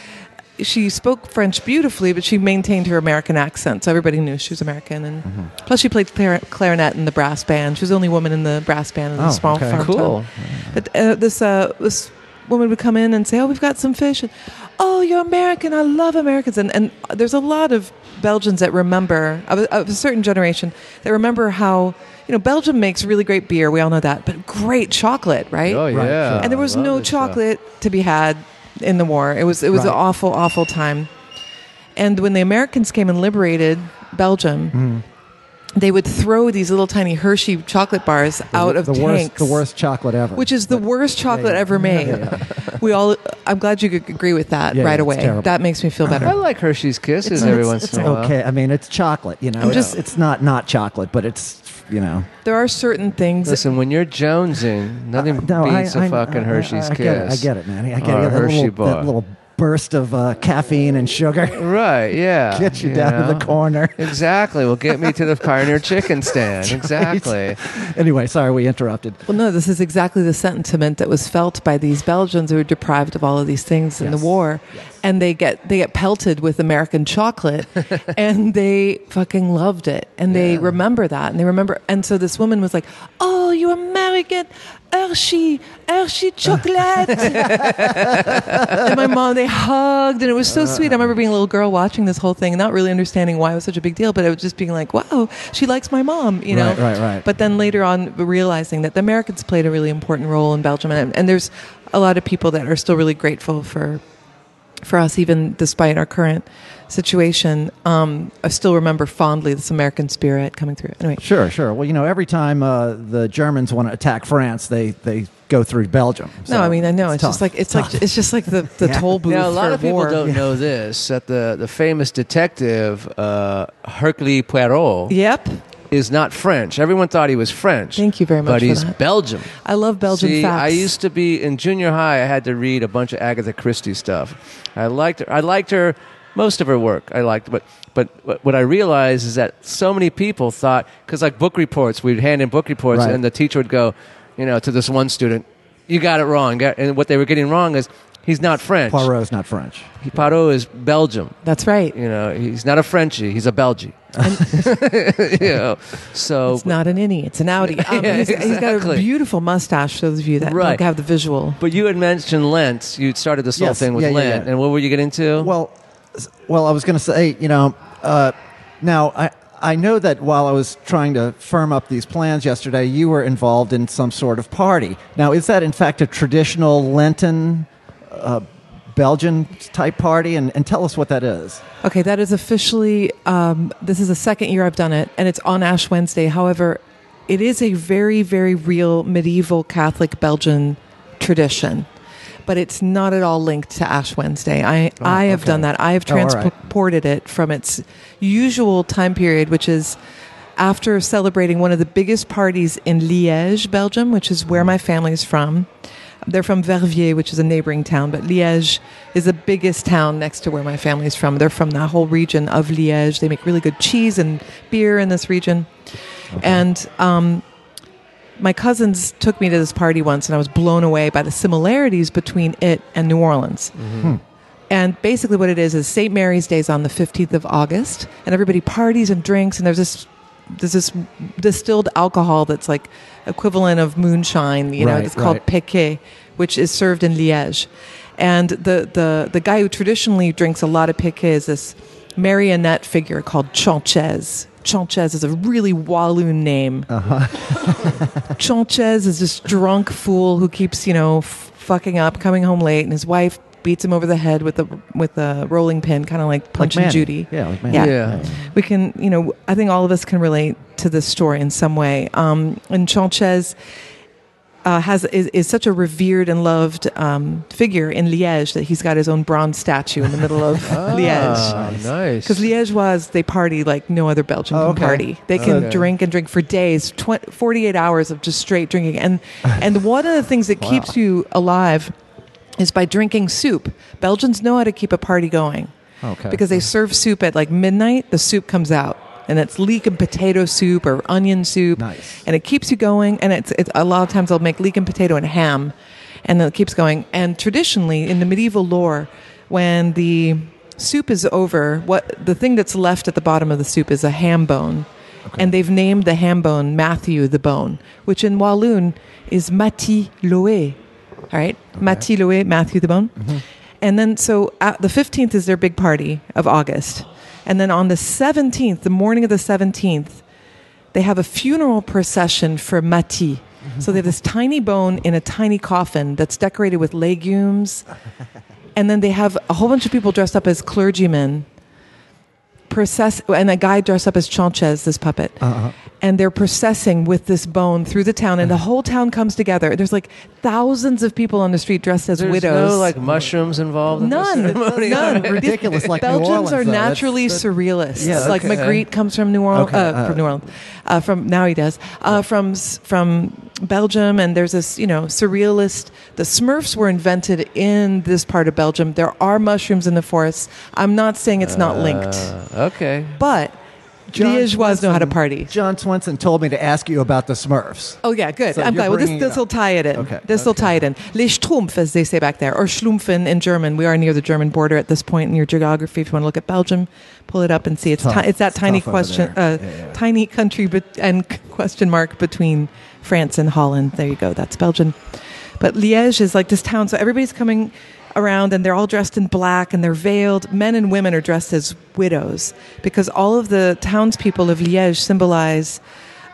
she spoke French beautifully, but she maintained her American accent, so everybody knew she was American. And
Mm-hmm.
plus, she played clar- clarinet in the brass band. She was the only woman in the brass band in the
Oh,
small
okay.
farm
Cool.
town. But uh, this uh, this women would come in and say, "Oh, we've got some fish," and "Oh, you're American. I love Americans." And and there's a lot of Belgians that remember of a, of a certain generation that remember how you know Belgium makes really great beer. We all know that, but great chocolate, right?
Oh yeah.
and there
I
was
love
no
this stuff.
chocolate to be had in the war. It was it was an
Right.
awful, awful time. And when the Americans came and liberated Belgium,
Mm.
they would throw these little tiny Hershey chocolate bars out of
the
tanks,
worst, the worst chocolate ever.
which is the worst chocolate
yeah.
ever made. We all. I'm glad you could agree with that
Yeah, yeah,
right
it's
away.
terrible.
That makes me feel better.
(laughs) I like Hershey's Kisses
It's-
every
it's-
once
it's
in a while.
okay. I mean, it's chocolate. You know,
just-
it's, it's not not chocolate, but it's you know.
there are certain things.
Listen, when you're jonesing, nothing
No, I-
beats a
I-
fucking
I-
Hershey's
I, I
Kiss.
Get it, I get it, man. I get
Or a
it. That
Hershey
little,
bar.
that little burst of uh, caffeine and sugar
Right,
(laughs)
yeah.
gets you, down to
know?
the corner.
Exactly. Well, get me to the Pioneer Chicken
(laughs)
Stand. Exactly.
anyway, sorry we interrupted.
well, no, this is exactly the sentiment that was felt by these Belgians who were deprived of all of these things in the
Yes.
war, and they get they get pelted with
(laughs)
American chocolate, and they fucking loved it, and they remember that, and they remember, and so this woman was like, "Oh, you American." Hershey, Hershey chocolate.
(laughs)
and (laughs) my mom, they hugged, and it was so sweet. I
Uh.
remember being a little girl watching this whole thing, not really understanding why it was such a big deal, but I was just being like, wow, she likes my mom, you know?
Right, right, right.
But then later on, realizing that the Americans played a really important role in Belgium, and, and there's a lot of people that are still really grateful for for us, even despite our current situation. Um, I still remember fondly this American spirit coming through. Anyway,
Sure, sure. Well, you know, every time uh, the Germans want to attack France, they they go through Belgium. So
no, I mean I know it's,
tough.
just like it's like it's just like
(laughs)
the, the
Yeah.
toll booth
Now, a lot
for
of people
war.
don't know this that the, the famous detective, uh, Hercule Poirot,
Yep,
is not French. Everyone thought he was French.
Thank you very much
But
for
he's
that.
Belgian.
I love Belgian
See,
facts.
I used to be in junior high. I had to read a bunch of Agatha Christie stuff. I liked her. I liked her. Most of her work I liked, but but what- what I realized is that so many people thought because like book reports, we'd hand in book reports,
Right.
and the teacher would go, you know, to this one student, "You got it wrong," and what they were getting wrong is he's not French.
Poirot's not French.
He- Poirot is Belgium.
That's right.
You know, he's not a Frenchie. He's a Belgie. (laughs) you know, so
It's not an innie, it's an Audi.
(laughs)
Um,
Yeah,
he's- he's got a
exactly.
beautiful mustache. Those of you that
Right.
don't have the visual.
But you had mentioned Lent. You started this whole
Yes.
thing with
Yeah, yeah,
Lent,
yeah.
and what were you getting to?
Well, s- well, I was going to say, you know, uh, now I I know that while I was trying to firm up these plans yesterday, you were involved in some sort of party. Now, is that in fact a traditional Lenten uh, Belgian type party? And, and tell us what that is.
Okay, that is officially, um, this is the second year I've done it, and it's on Ash Wednesday. However, it is a very, very real medieval Catholic Belgian tradition, but it's not at all linked to Ash Wednesday. I, I have
Oh, okay.
done that. I have
Oh, all right.
transported it from its usual time period, which is after celebrating one of the biggest parties in Liège, Belgium, which is where my family is from. They're from Verviers, which is a neighboring town, but Liège is the biggest town next to where my family's from. They're from that whole region of Liège. They make really good cheese and beer in this region. And um, my cousins took me to this party once, and I was blown away by the similarities between it and New Orleans.
Hmm.
And basically, what it is is St. Mary's Day is on the 15th of August, and everybody parties and drinks, and there's this there's this distilled alcohol that's like equivalent of moonshine. You know,
Right,
it's called
right.
Péqué, which is served in Liège. And the, the, the guy who traditionally drinks a lot of Péqué is this marionette figure called Chanchez. Chanchez is a really Walloon name.
Uh-huh.
(laughs) Chanchez is this drunk fool who keeps, you know, f- fucking up, coming home late, and his wife beats him over the head with a with a rolling pin, kind of like Punch and
Manny.
Judy.
Yeah, like Manny.
Yeah.
yeah.
We can, you know, I think all of us can relate to this story in some way. Um, and Chanchez uh, has is, is such a revered and loved um, figure in Liège that he's got his own bronze statue in (laughs) the middle of Liège.
Ah, nice.
Because Liègeois, they party like no other Belgian
Oh,
can
okay.
party. They can
Okay.
drink and drink for days, tw- 48 hours of just straight drinking. And, and one of the things
(laughs)
that keeps you alive is by drinking soup. Belgians know how to keep a party going
Okay.
because they serve soup at like midnight. The soup comes out, and it's leek and potato soup or onion soup,
Nice.
and it keeps you going. And it's, it's a lot of times they'll make leek and potato and ham, and then it keeps going. And traditionally, in the medieval lore, when the soup is over, what the thing that's left at the bottom of the soup is a ham bone. And they've named the ham bone Matthew the Bone, which in Walloon is Mati Loé, All right. Mathieu Louis, Matthew the Bone. And then, so uh, the 15th is their big party of August. And then on the 17th, the morning of the 17th, they have a funeral procession for Mati. So they have this tiny bone in a tiny coffin that's decorated with
(laughs)
legumes. And then they have a whole bunch of people dressed up as clergymen. Process and a guy dressed up as Chanchez, this puppet,
Uh-huh.
and they're processing with this bone through the town, and the whole town comes together. There's like thousands of people on the street dressed as
There's
widows.
no like mushrooms involved. In this
None.
(laughs) ceremony?
None.
ridiculous like New
Belgians
Orleans,
are
though. That's-
naturally surrealists.
Yeah,
Like
okay.
Magritte comes from New Orleans,
Okay,
uh,
uh,
from New Orleans, uh, from now he does uh, from s- from Belgium. And there's this, you know, surrealist. The Smurfs were invented in this part of Belgium. There are mushrooms in the forest. I'm not saying it's not (laughs) linked,
Uh, okay.
but
John
Liégeois know how to
Swenson-
party.
John Swenson told me to ask you about the Smurfs.
Oh yeah, good.
So
I'm
you're
glad. Well, this
bringing it
this will
up.
tie it in.
Okay,
This will tie it in. Le Strumpf, as they say back there, or Schlumpfen in German. We are near the German border at this point in your geography. If you want to look at Belgium, pull it up and see. It's
Tough.
ti- it's that
It's
tiny
tough over
question,
there.
uh,
Yeah, yeah.
tiny country, but and question mark between France and Holland. There you go. That's Belgium. But Liège is like this town, so everybody's coming around and they're all dressed in black and they're veiled. Men and women are dressed as widows because all of the townspeople of Liège symbolize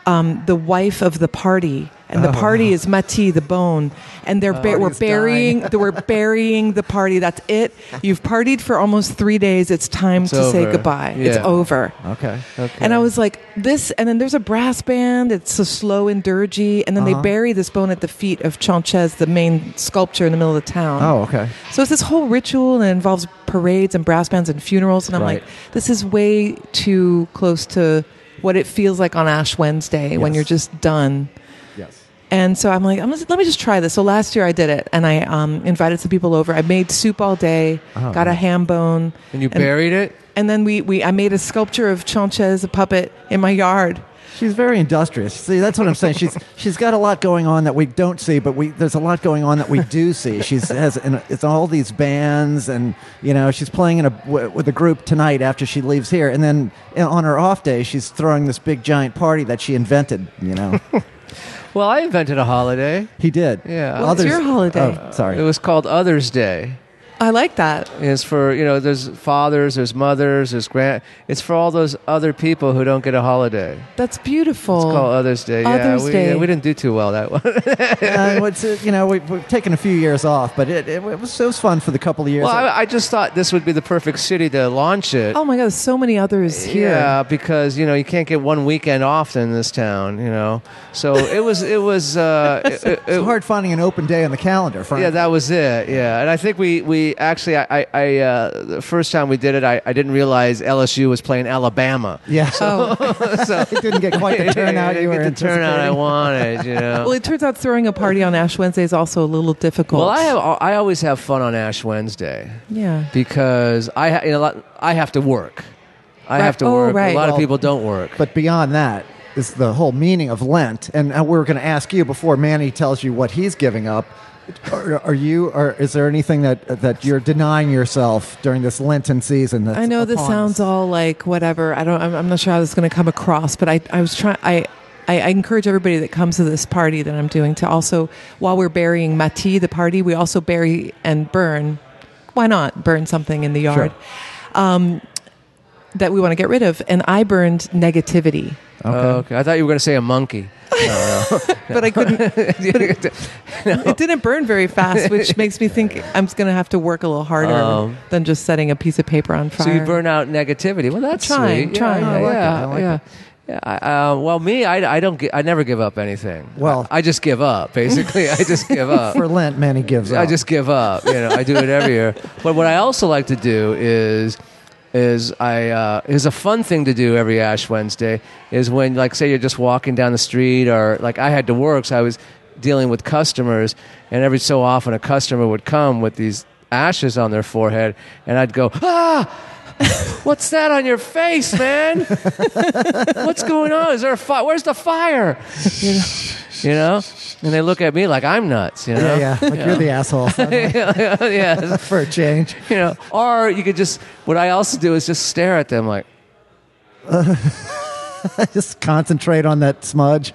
um, the wife of the party, and the party is Mati, the bone, and they're ba- we're
Party's dying.
burying they we're burying the party. That's it. You've partied for almost three days. It's time to say
over.
goodbye. It's
Yeah.
over.
Okay.
Okay.
And I was like, this, and then there's a brass band. It's so slow and dirgy. And then
Uh-huh.
they bury this bone at the feet of Chanchez, the main sculpture in the middle of the town.
Oh, okay.
So it's this whole ritual and it involves parades and brass bands and funerals. And I'm
Right.
like, this is way too close to what it feels like on Ash Wednesday when
Yes.
you're just done.
Yes.
And so I'm like, I'm just, let me just try this. So last year I did it and I um, invited some people over. I made soup all day,
Oh,
got a ham bone.
and you buried it.
And then we, we I made a sculpture of Chanchez, a puppet, in my yard.
She's very industrious. See, that's what I'm saying.
(laughs)
She's she's got a lot going on that we don't see, but we there's a lot going on that we do see. She's has and it's all these bands, and you know she's playing in a w- with a group tonight after she leaves here, and then you know, on her off day she's throwing this big giant party that she invented. You know,
Well, I invented a holiday.
he did.
(laughs) Yeah.
What's your holiday?
Oh,
It
sorry.
was called Others Day.
I like that.
It's for you know, there's fathers, there's mothers, there's grand. It's for all those other people who don't get a holiday.
That's beautiful.
It's called uh, Others Day.
Oh. Others
yeah, we,
Day.
we didn't do too well that (laughs) one.
Uh, it's, uh, you know, we, we've taken a few years off, but it, it, was it was fun for the couple of years.
well, I, I just thought this would be the perfect city to launch it.
oh my God, there's so many others here.
Yeah, because you know you can't get one weekend off in this town. You know, so it was it was
(laughs)
uh, it, it-
it's hard finding an open day on the calendar. Frank.
Yeah, that was it. Yeah, and I think we we actually I I, I uh, the first time we did it, I, I didn't realize LSU was playing Alabama.
yeah. (laughs) So
Oh.
(laughs) so
it didn't get quite the turnout
I
you
didn't
were
get the turnout I
anticipating.
wanted. You know.
well, it turns out throwing a party on Ash Wednesday is also a little difficult.
well, I have I always have fun on Ash Wednesday
Yeah.
because I ha- you know lot- I have to work. I
Right.
have to
Oh,
work.
right.
A lot
Well,
of people don't work.
But beyond that is the whole meaning of Lent. And uh, we were going to ask you before Manny tells you what he's giving up. Are, are you? Or is there anything that that you're denying yourself during this Lenten season? That's
I know this
upon
sounds
us?
all like whatever. I don't. I'm, I'm not sure how this is going to come across, but I, I was trying. I, I, I encourage everybody that comes to this party that I'm doing to also, while we're burying Mati, the party, we also bury and burn. Why not burn something in the yard um, that we want to get rid of? And I burned negativity,
okay. I thought you were going to say a monkey. (laughs)
but I couldn't. but it, it didn't burn very fast,
(laughs)
which makes me think I'm going to have to work a little harder
Um,
than just setting a piece of paper on fire.
So you burn out negativity. Well, that's
Trying,
sweet.
trying.
Yeah,
I
like it.
yeah,
I like
yeah.
it.
Yeah, I, uh, well, me, I, I don't. gi- I never give up anything.
Well-
I, I just give up. Basically, I just give up.
for Lent. Manny gives.
I
up.
just give up. You know, I do it
(laughs)
every year. But what I also like to do is is I uh, is a fun thing to do every Ash Wednesday is when like say you're just walking down the street or like I had to work, so I was dealing with customers, and every so often a customer would come with these ashes on their forehead, and I'd go ah. What's that on your face, man? What's going on? Is there a fire? Where's the fire? You know, you know, and they look at me like I'm nuts. You know,
yeah, yeah. Like you're the
(laughs)
asshole suddenly,
(laughs) yeah,
for a change. (laughs)
you know, or you could just. What I also do is just stare at them, like,
just concentrate on that smudge.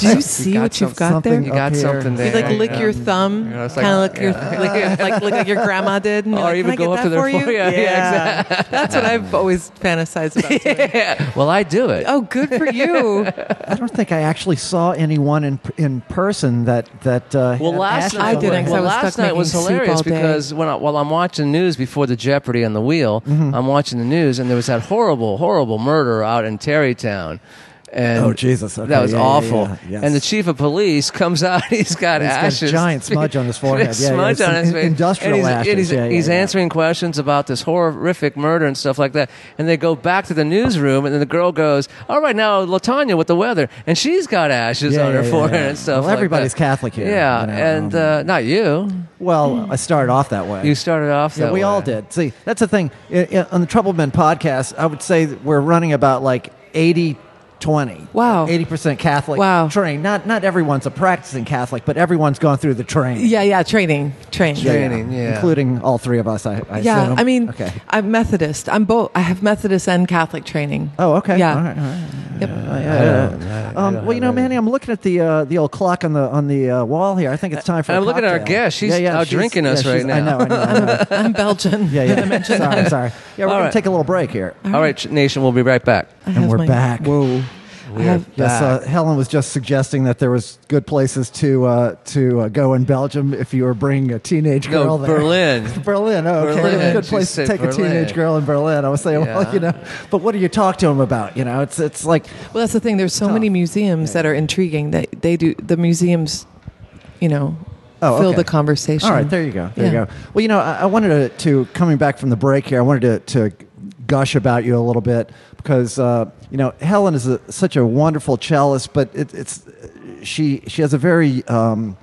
Do you see
got
what you've
some-
got there?
something
You
You
up
got
here.
something there.
like lick
yeah.
your thumb,
You know, it's like,
kind of lick, your,
yeah.
lick your like lick like your grandma did, and you're
Or
like,
even
Can I
go
get
up to
that
their
for you?
foyer. (laughs) Yeah,
exactly. That's what I've always fantasized about. doing.
(laughs) Yeah. Well, I do it.
Oh, good for you!
I don't think I actually saw anyone in in person that that. Uh,
Well,
had
last
ashes
night,
I
on their
didn't, 'cause I
Well,
hands.
was
last
stuck
night was
making soup
hilarious
all day.
because when I, while I'm watching news before the Jeopardy on the wheel,
Mm-hmm.
I'm watching the news and there was that horrible, horrible murder out in Terrytown. And
Oh, Jesus. Okay,
that was
yeah, yeah,
awful.
yeah, yes.
And the chief of police comes out. (laughs) He's got
He's got a
ashes,
giant smudge
(laughs)
on his forehead. Yeah, yeah,
smudge
some
on his
in-
face.
industrial
and he's,
ashes.
And he's,
Yeah, yeah,
he's
yeah.
answering questions about this horrific murder and stuff like that. And they go back to the newsroom, and then the girl goes, "All right, now Latanya with the weather," and she's got ashes
Yeah,
on her
yeah, yeah,
forehead
yeah.
and stuff.
Well,
like that.
everybody's Catholic here,
Yeah,
you know,
and
um,
uh, not you.
Well, I started off that way.
You started off.
Yeah,
that
we
way.
uh,
all did. See, that's the thing. I- I- on the Troubled Men podcast, I would say that we're running about like 80 20.
Wow.
80% Catholic
Wow.
train. Not not everyone's a practicing Catholic, but everyone's gone through the train.
Yeah, yeah, training, training.
Yeah, yeah.
Training, yeah.
Including all three of us, I, I
Yeah,
assume.
I mean,
Okay.
I'm Methodist. I'm both. I have Methodist and Catholic training.
Oh, okay.
Yeah.
All right, all right.
Yep.
Yeah. Um, well, you know, Manny, I'm looking at the uh, the old clock on the on the uh, wall here. I think it's time for.
And
a
I'm looking at our
cocktail.
guest. She's out drinking us
she's-
right
I
now.
know. I know. I know.
(laughs)
I'm Belgian.
yeah, yeah. sorry, sorry. Yeah, we're
All
gonna
right.
take a little break here.
All right, nation. We'll be right back.
I
And
have
we're
my-
back. Whoa.
I have,
Yes, uh, Helen was just suggesting that there was good places to uh, to uh, go in Belgium if you were bringing a teenage
No,
girl there.
Berlin.
(laughs) Berlin. Oh, okay.
Berlin.
Good
She
place to
said
take a
Berlin.
teenage girl in Berlin. I was saying,
Yeah.
well, you know, but what do you talk to them about? You know, it's it's like
Well, that's the thing. There's so many museums that are intriguing that they do. The museums, you know,
Oh,
fill
okay.
the conversation.
All right, there you go. There
Yeah.
you go. Well, you know, I, I wanted to, to coming back from the break here. I wanted to, to gush about you a little bit because uh, you know Helen is a, such a wonderful cellist, but it, it's she she has a very um,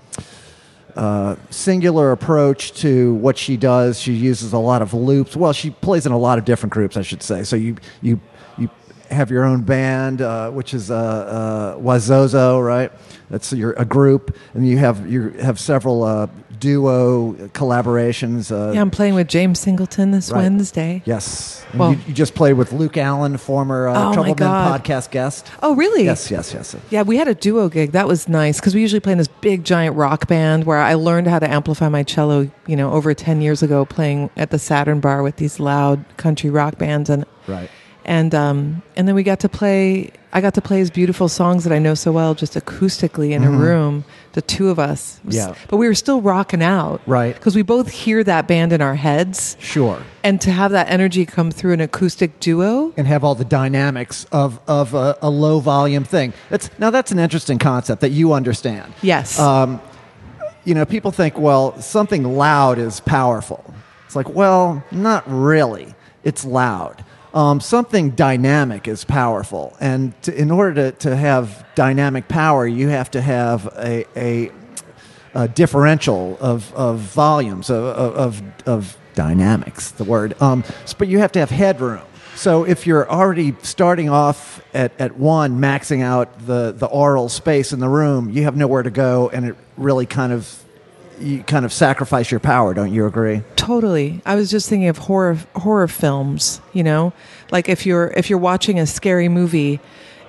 uh, singular approach to what she does. She uses a lot of loops. Well, she plays in a lot of different groups, I should say. So you you you have your own band, uh, which is uh, uh, Wazozo, right? That's your a group, and you have you have several uh, duo collaborations. Uh,
Yeah, I'm playing with James Singleton this
Right.
Wednesday.
Yes. And
Well-
you, you just played with Luke Allen, former uh,
Oh, my
Trouble Men
God.
podcast guest.
Oh, really?
Yes, yes, yes.
Yeah, we had a duo gig. That was nice because we usually play in this big giant rock band where I learned how to amplify my cello, you know, over 10 years ago playing at the Saturn bar with these loud country rock bands and
Right.
and um and then we got to play I got to play his beautiful songs that I know so well just acoustically in a room, the two of us. It was-
Mm-hmm. Yeah.
But we were still rocking out.
Right.
Cuz we both hear that band in our heads
Sure.
and to have that energy come through an acoustic duo.
and have all the dynamics of of a, a low volume thing. That's now that's an interesting concept that you understand.
Yes.
Um, you know, people think well, something loud is powerful. It's like well, not really. It's loud. Um, something dynamic is powerful, and to, in order to, to have dynamic power, you have to have a, a, a differential of, of volumes of, of, of, of dynamics. The word, um, s- but you have to have headroom. So if you're already starting off at, at one, maxing out the, the aural space in the room, you have nowhere to go, and it really kind of you kind of sacrifice your power. Don't you agree?
Totally. I was just thinking of horror horror films, you know? Like if you're if you're watching a scary movie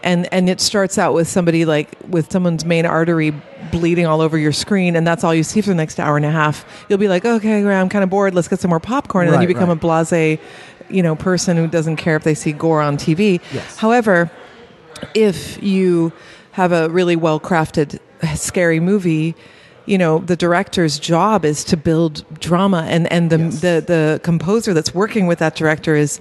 and and it starts out with somebody like with someone's main artery bleeding all over your screen and that's all you see for the next hour and a half, you'll be like, "Okay, well, I'm kind of bored. Let's get some more popcorn." And
Right,
then you become
right.
a blasé, you know, person who doesn't care if they see gore on TV.
Yes.
However, if you have a really well crafted scary movie you know the director's job is to build drama and and the
Yes.
the, the composer that's working with that director is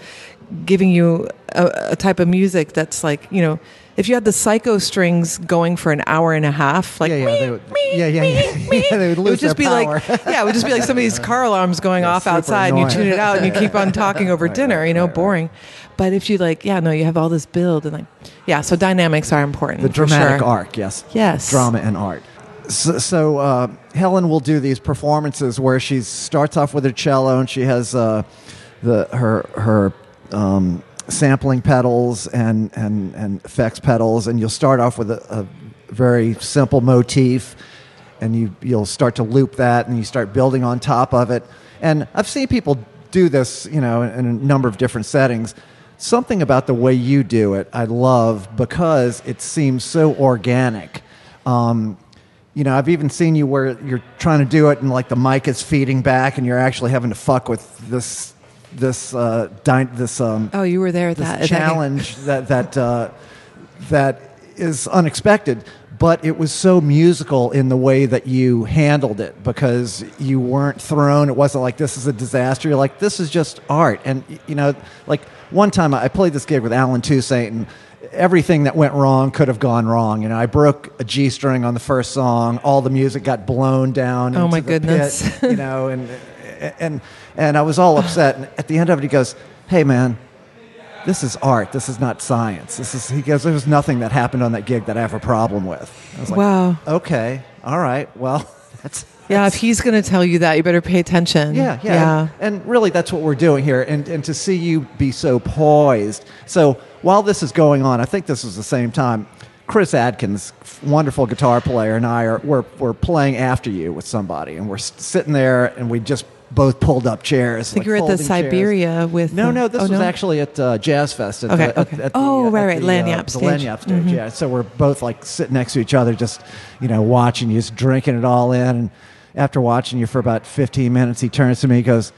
giving you a, a type of music that's like you know if you had the psycho strings going for an hour and a half like
Yeah, yeah, they would- yeah, yeah, yeah. (laughs) Yeah, they would
it
lose
would just
their
be
power.
like yeah it would just be like somebody's car alarms
(laughs)
going
Yeah,
off
super
outside and you
annoying.
tune
(laughs)
it out and you keep on talking over
Right,
dinner
right,
you know
right, right.
boring but if you like, yeah, no, you have all this build and like, yeah, so dynamics are important.
The
for
dramatic
sure.
arc, yes.
Yes.
Drama and art. So, so uh, Helen will do these performances where she starts off with her cello and she has uh, the her her um, sampling pedals and, and, and effects pedals, and you'll start off with a, a very simple motif, and you you'll start to loop that, and you start building on top of it. And I've seen people do this, you know, in, in a number of different settings something about the way you do it I love because it seems so organic Um, you know, I've even seen you where you're trying to do it and like the mic is feeding back, and you're actually having to fuck with this this uh, di- this um,
Oh, you were there at
this
that at that game.
challenge that that uh, that is unexpected. But it was so musical in the way that you handled it because you weren't thrown. It wasn't like this is a disaster. You're like this is just art, and y- you know, like one time I I played this gig with Alan Toussaint, and everything that went wrong could have gone wrong. You know, I broke a G string on the first song. All the music got blown down.
Oh,
into
my
the pit,
goodness.
you know, and and and I was all upset. And at the end of it, he goes, "Hey, man, this is art. This is not science. This is." He goes, "There was nothing that happened on that gig that I have a problem with." I was like,
Wow.
"Okay, all right, well, (laughs) that's."
Yeah, if he's going to tell you that, you better pay attention.
Yeah, yeah. And, and really, that's what we're doing here. And, and to see you be so poised. So while this is going on, I think this was the same time. Chris Adkins, wonderful guitar player, and I are we're, we're playing after you with somebody, and we're s- sitting there, and we just both pulled up chairs.
I think you were at the Siberia with.
No,
uh,
no, this
oh,
was actually (laughs) at uh, Jazz Fest. At
Okay,
the, at-
okay.
At, the,
Oh,
uh,
right,
at
right,
the,
Lanyap
uh, the
stage. Mm-hmm.
Lanyap stage, yeah. So we're both like sitting next to each other, just you know, watching you, just drinking it all in. And after watching you for about 15 minutes, he turns to me, he goes,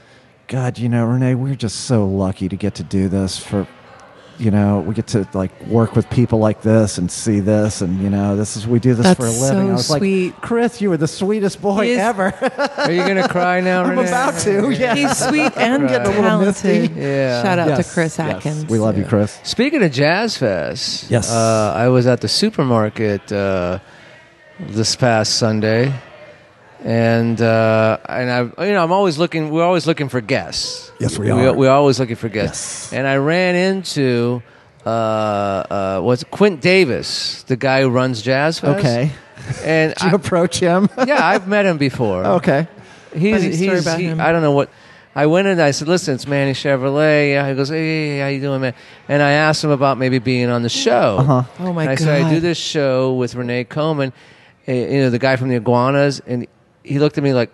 "God, you know, Renee, we're just so lucky to get to do this for." You know, we get to like work with people like this and see this, and you know, this is we do this
That's
for a living.
so
I was
sweet.
like, Chris, you were the sweetest boy
He is-
ever. (laughs)
Are you gonna cry now?
I'm
Renee?
about to. Yeah.
He's sweet and
Getting a
little
talented.
misty.
Yeah.
Shout out
Yes,
to Chris
yes.
Atkins.
We love you, Chris.
Speaking of Jazz Fest,
Yes.
uh, I was at the supermarket uh, this past Sunday, and uh, and I, you know, I'm always looking. We're always looking for guests.
Yes, we
We,
are.
we're always looking for guests.
Yes.
And I ran into uh, uh, what's Quint Davis, the guy who runs Jazz Fest.
Okay.
and
Did you Oh,
I,
approach him? (laughs)
yeah, I've met him before.
okay.
He's,
Funny story
he's
about
he-
him.
I don't know what. I went in and I said, "Listen, it's Manny Chevrolet." Yeah, he goes, "Hey, how you doing, man?" And I asked him about maybe being on the show. Uh-huh.
Oh, my
and I said, "I
God.
do this show with Renee Coman, eh, you know, the guy from the Iguanas," and he looked at me like,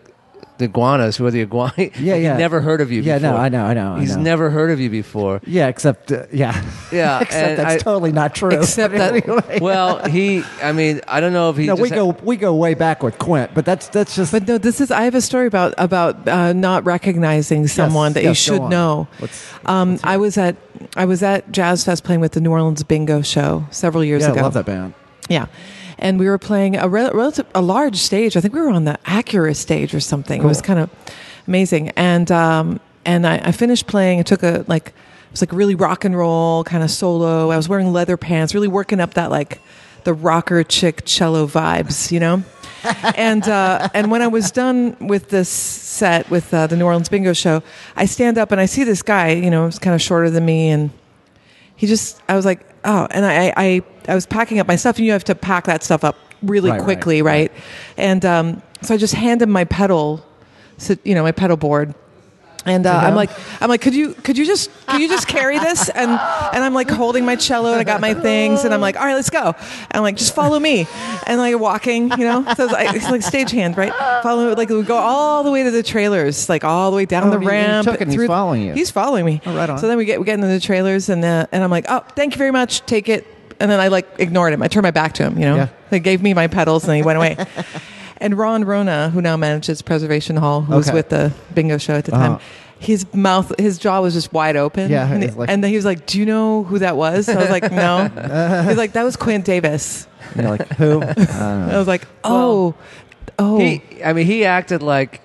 "The Iguanas? Who are the (laughs) Iguanas?"
Yeah, yeah.
never heard of you.
Yeah, no,
before.
I know, I know, I
He's
know.
never heard of you
(laughs)
before.
Yeah, except uh, yeah, (laughs)
Yeah,
except
and
that's
I-
totally not true.
Except
But
that-
(laughs) anyway.
Well, he. I mean, I don't know if he.
no,
just
we
ha-
go we go way back with Quint, but that's that's just
But no, this is. I have a story about about uh, not recognizing someone that you
yes, go
should
on.
know.
Let's-
um, I was at I was at Jazz Fest playing with the New Orleans Bingo Show several years
yeah,
ago.
I love that band.
Yeah. And we were playing a rel- relative, a large stage. I think we were on the Acura stage or something. It was kind of amazing. And um, and I, I finished playing. I took a like it was like really rock and roll kind of solo. I was wearing leather pants, really working up that like the rocker chick cello vibes, you know. and uh, and when I was done with this set with uh, the New Orleans Bingo Show, I stand up and I see this guy. You know, he's kind of shorter than me and he just i was like oh and i i i was packing up my stuff and you have to pack that stuff up really
Right, right,
quickly right, and um, so i just hand him my pedal so, you know my pedal board and uh, I'm like, I'm like, could you, could you just, could you just carry this? And and I'm like holding my cello and I got my things and I'm like, all right, let's go. And I'm like, just follow me. And like walking, you know, so it's like, it's like stagehand, right? Follow, like we go all the way to the trailers, like all the way down
Oh,
the
he- he
ramp.
took it and he's following you.
He's following me.
Oh, right on.
So then we get we get into the trailers and uh, and I'm like, oh, thank you very much, take it. And then I like ignored him. I turned my back to him. You know,
Yeah.
they gave me my pedals and he went away. (laughs) and Ron Rona, who now manages Preservation Hall, who was
Okay.
with the bingo show at the time.
Uh-huh.
His mouth, his jaw was just wide open.
Yeah,
and,
it's like-
and then he was like, "Do you know who that was?" I was
(laughs)
like, "No." He's like, "That was Quint Davis."
And you're like
(laughs)
who? I don't
I
know.
was like, "Oh, oh,
He. I mean, he acted like,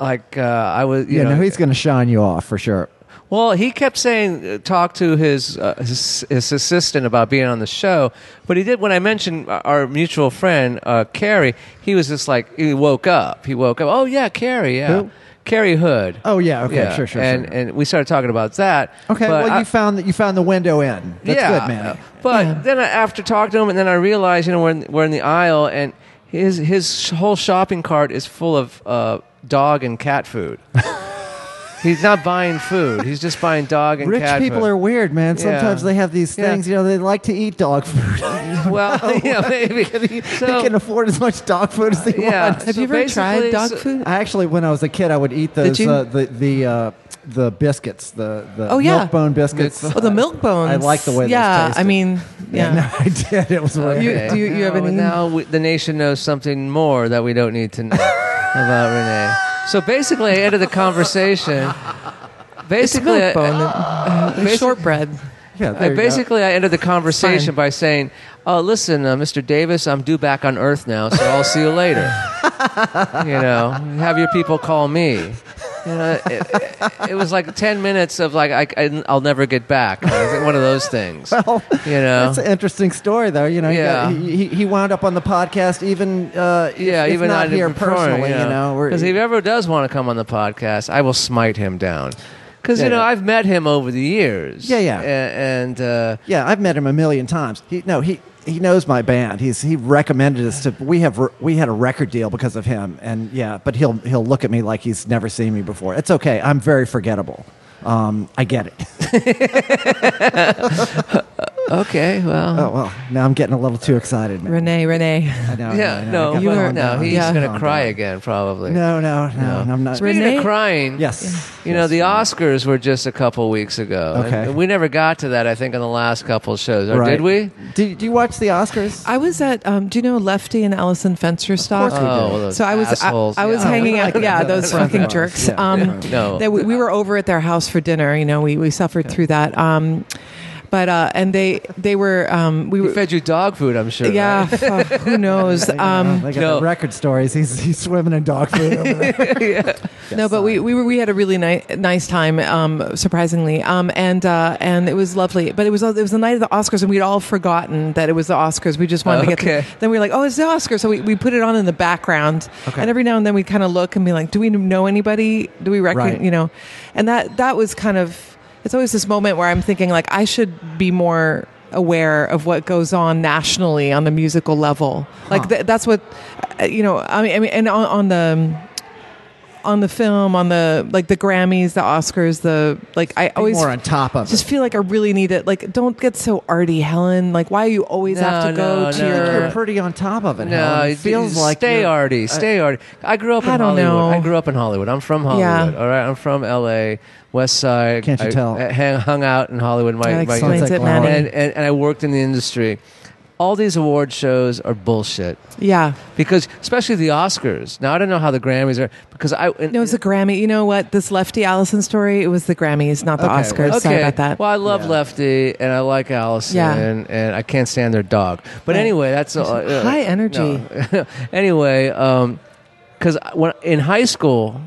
like uh, I was. You
Yeah,
know,
no, he's going to shine you off for sure.
Well, he kept saying uh, talk to his, uh, his his assistant about being on the show, but he did when I mentioned our- our mutual friend uh, Carrie. He was just like he woke up. He woke up. Oh yeah, Carrie. Yeah,
Who?
Carrie Hood.
Oh yeah, okay,
yeah.
sure, sure,
And
sure.
and we started talking about that.
okay,
but
well
I-
you found that you found the window in. That's
yeah, uh,
good, man.
But then I, after talking to him, and then I realized, you know, we're in, we're in the aisle, and his (laughs) his sh- whole shopping cart is full of uh, dog and cat food. He's not buying food. He's just buying dog and
Rich
cat
people
food.
are weird, man. Sometimes
Yeah.
they have these
Yeah.
things. You know, they like to eat dog food. (laughs)
well, (laughs) yeah, maybe.
they can
So,
afford as much dog food as they
Yeah.
want.
Have
So
you ever
basically,
tried dog
(laughs)
so-
food?
I actually, when I was a kid, I would eat those
you?
uh, the the uh, the biscuits, the the
Oh, yeah.
milk bone biscuits.
Milk
Oh, the
(laughs)
milk bones.
I like the way those
Yeah, I
tasted.
mean, yeah.
No, I did. It was weird.
You- do you- you have
Now-
any-
Now we, the nation knows something more that we don't need to (laughs) know about Renee. So basically, I ended the conversation.
It's
Basically,
milk bone,
I,
uh, (gasps)
basi-
shortbread.
yeah,
I
there you go.
basically I ended the conversation
Fine.
by saying, "Oh, listen, uh, Mr. Davis, I'm due back on Earth now, so I'll see you
(laughs)
later." you know, have your people call me. You know, it, it- it was like ten minutes of like I, I, will never get back. It was one of those things.
Well,
you know,
That's an interesting story, though. You know, he
Yeah.
got- he, he, he wound up on the podcast, even uh, if-
Yeah,
if
even
not
on
here
the performer,
personally. You know, we're-
because if he ever does want to come on the podcast, I will smite him down. Because
Yeah,
you know
yeah.
I've met him over the years.
Yeah, yeah.
A- and uh,
Yeah, I've met him a million times. He no, he he knows my band. He's he recommended us to we have re- we had a record deal because of him. And yeah, but he'll he'll look at me like he's never seen me before. It's okay. I'm very forgettable. Um, I get it.
okay, well,
Oh well, (laughs) now I'm getting a little too excited, man.
Renee, Renee.
I know, I know, Oh, I
yeah,
know. I
no,
got
you
well,
are-
calm
no,
down.
he's
Yeah.
gonna
Calm
cry
down.
again probably.
No, no, no, I'm not.
Speaking
Renee-
of crying,
Yes,
you know the Oscars were just a couple weeks ago. and-
Okay.
and we never got to that. I think on the last couple shows, or
Right.
did we?
Do, do you watch the Oscars?
I was at, um, do you know Lefty and Allison Fensterstock?
we do.
Oh, well, those
so I was I,
assholes.
I was
Yeah.
hanging
(laughs)
out. Yeah,
them.
those
Friends of
fucking
ours.
jerks.
Yeah.
Um,
No.
they, we, we were over at their house for dinner. You know, we, we suffered through that. Um, but uh, and they they were um, we
We
were
fed you dog food, I'm sure.
yeah.
right?
fuck,
(laughs)
who knows?
You know,
Um,
they got
no.
the record stories. He's he's swimming in dog food. Over there.
(laughs)
no, but we, we were we had a really nice nice time, um, surprisingly, um, and uh, and it was lovely. But it was it was the night of the Oscars, and we'd all forgotten that it was the Oscars. We just wanted to get.
Okay.
To, then we were like, oh, it's the Oscars, so we, we put it on in the background,
Okay.
and every now and then we'd kind of look and be like, do we know anybody? Do we reckon
Right.
you know? And that that was kind of it's always this moment where I'm thinking like I should be more aware of what goes on nationally on the musical level. Like th- that's what uh, you know. I mean, I mean, and on, on the on the film, on the like the Grammys, the Oscars, the like I always
more on top of.
just
it.
feel like I really need it. Like, don't get so arty, Helen. Like, why you always
No,
have to
no,
go to
no.
You're
your
pretty on top of it.
No,
Helen.
it
it feels like
stay
you're-
arty, stay arty. I grew up in
I don't
Hollywood.
know.
I grew up in Hollywood. I'm from Hollywood.
Yeah.
All right, I'm from L.A. West Side.
Can't you
I,
tell?
I hang, hung out in Hollywood. My,
That
my
explains
Sounds like
it,
Laurel.
Manny.
and, and, and I worked in the industry. All these award shows are bullshit
yeah.
because, especially the Oscars. Now I don't know how the Grammys are because I and-
No, it was the Grammy. You know what? This Lefty Allison story. It was the Grammys, not the
Okay,
Oscars.
okay.
Sorry about that.
Well, I love
Yeah.
Lefty and I like Allison
Yeah.
and, and I can't stand their dog. But
Right.
anyway, that's all, uh,
high energy.
no. (laughs) anyway, because when in high school,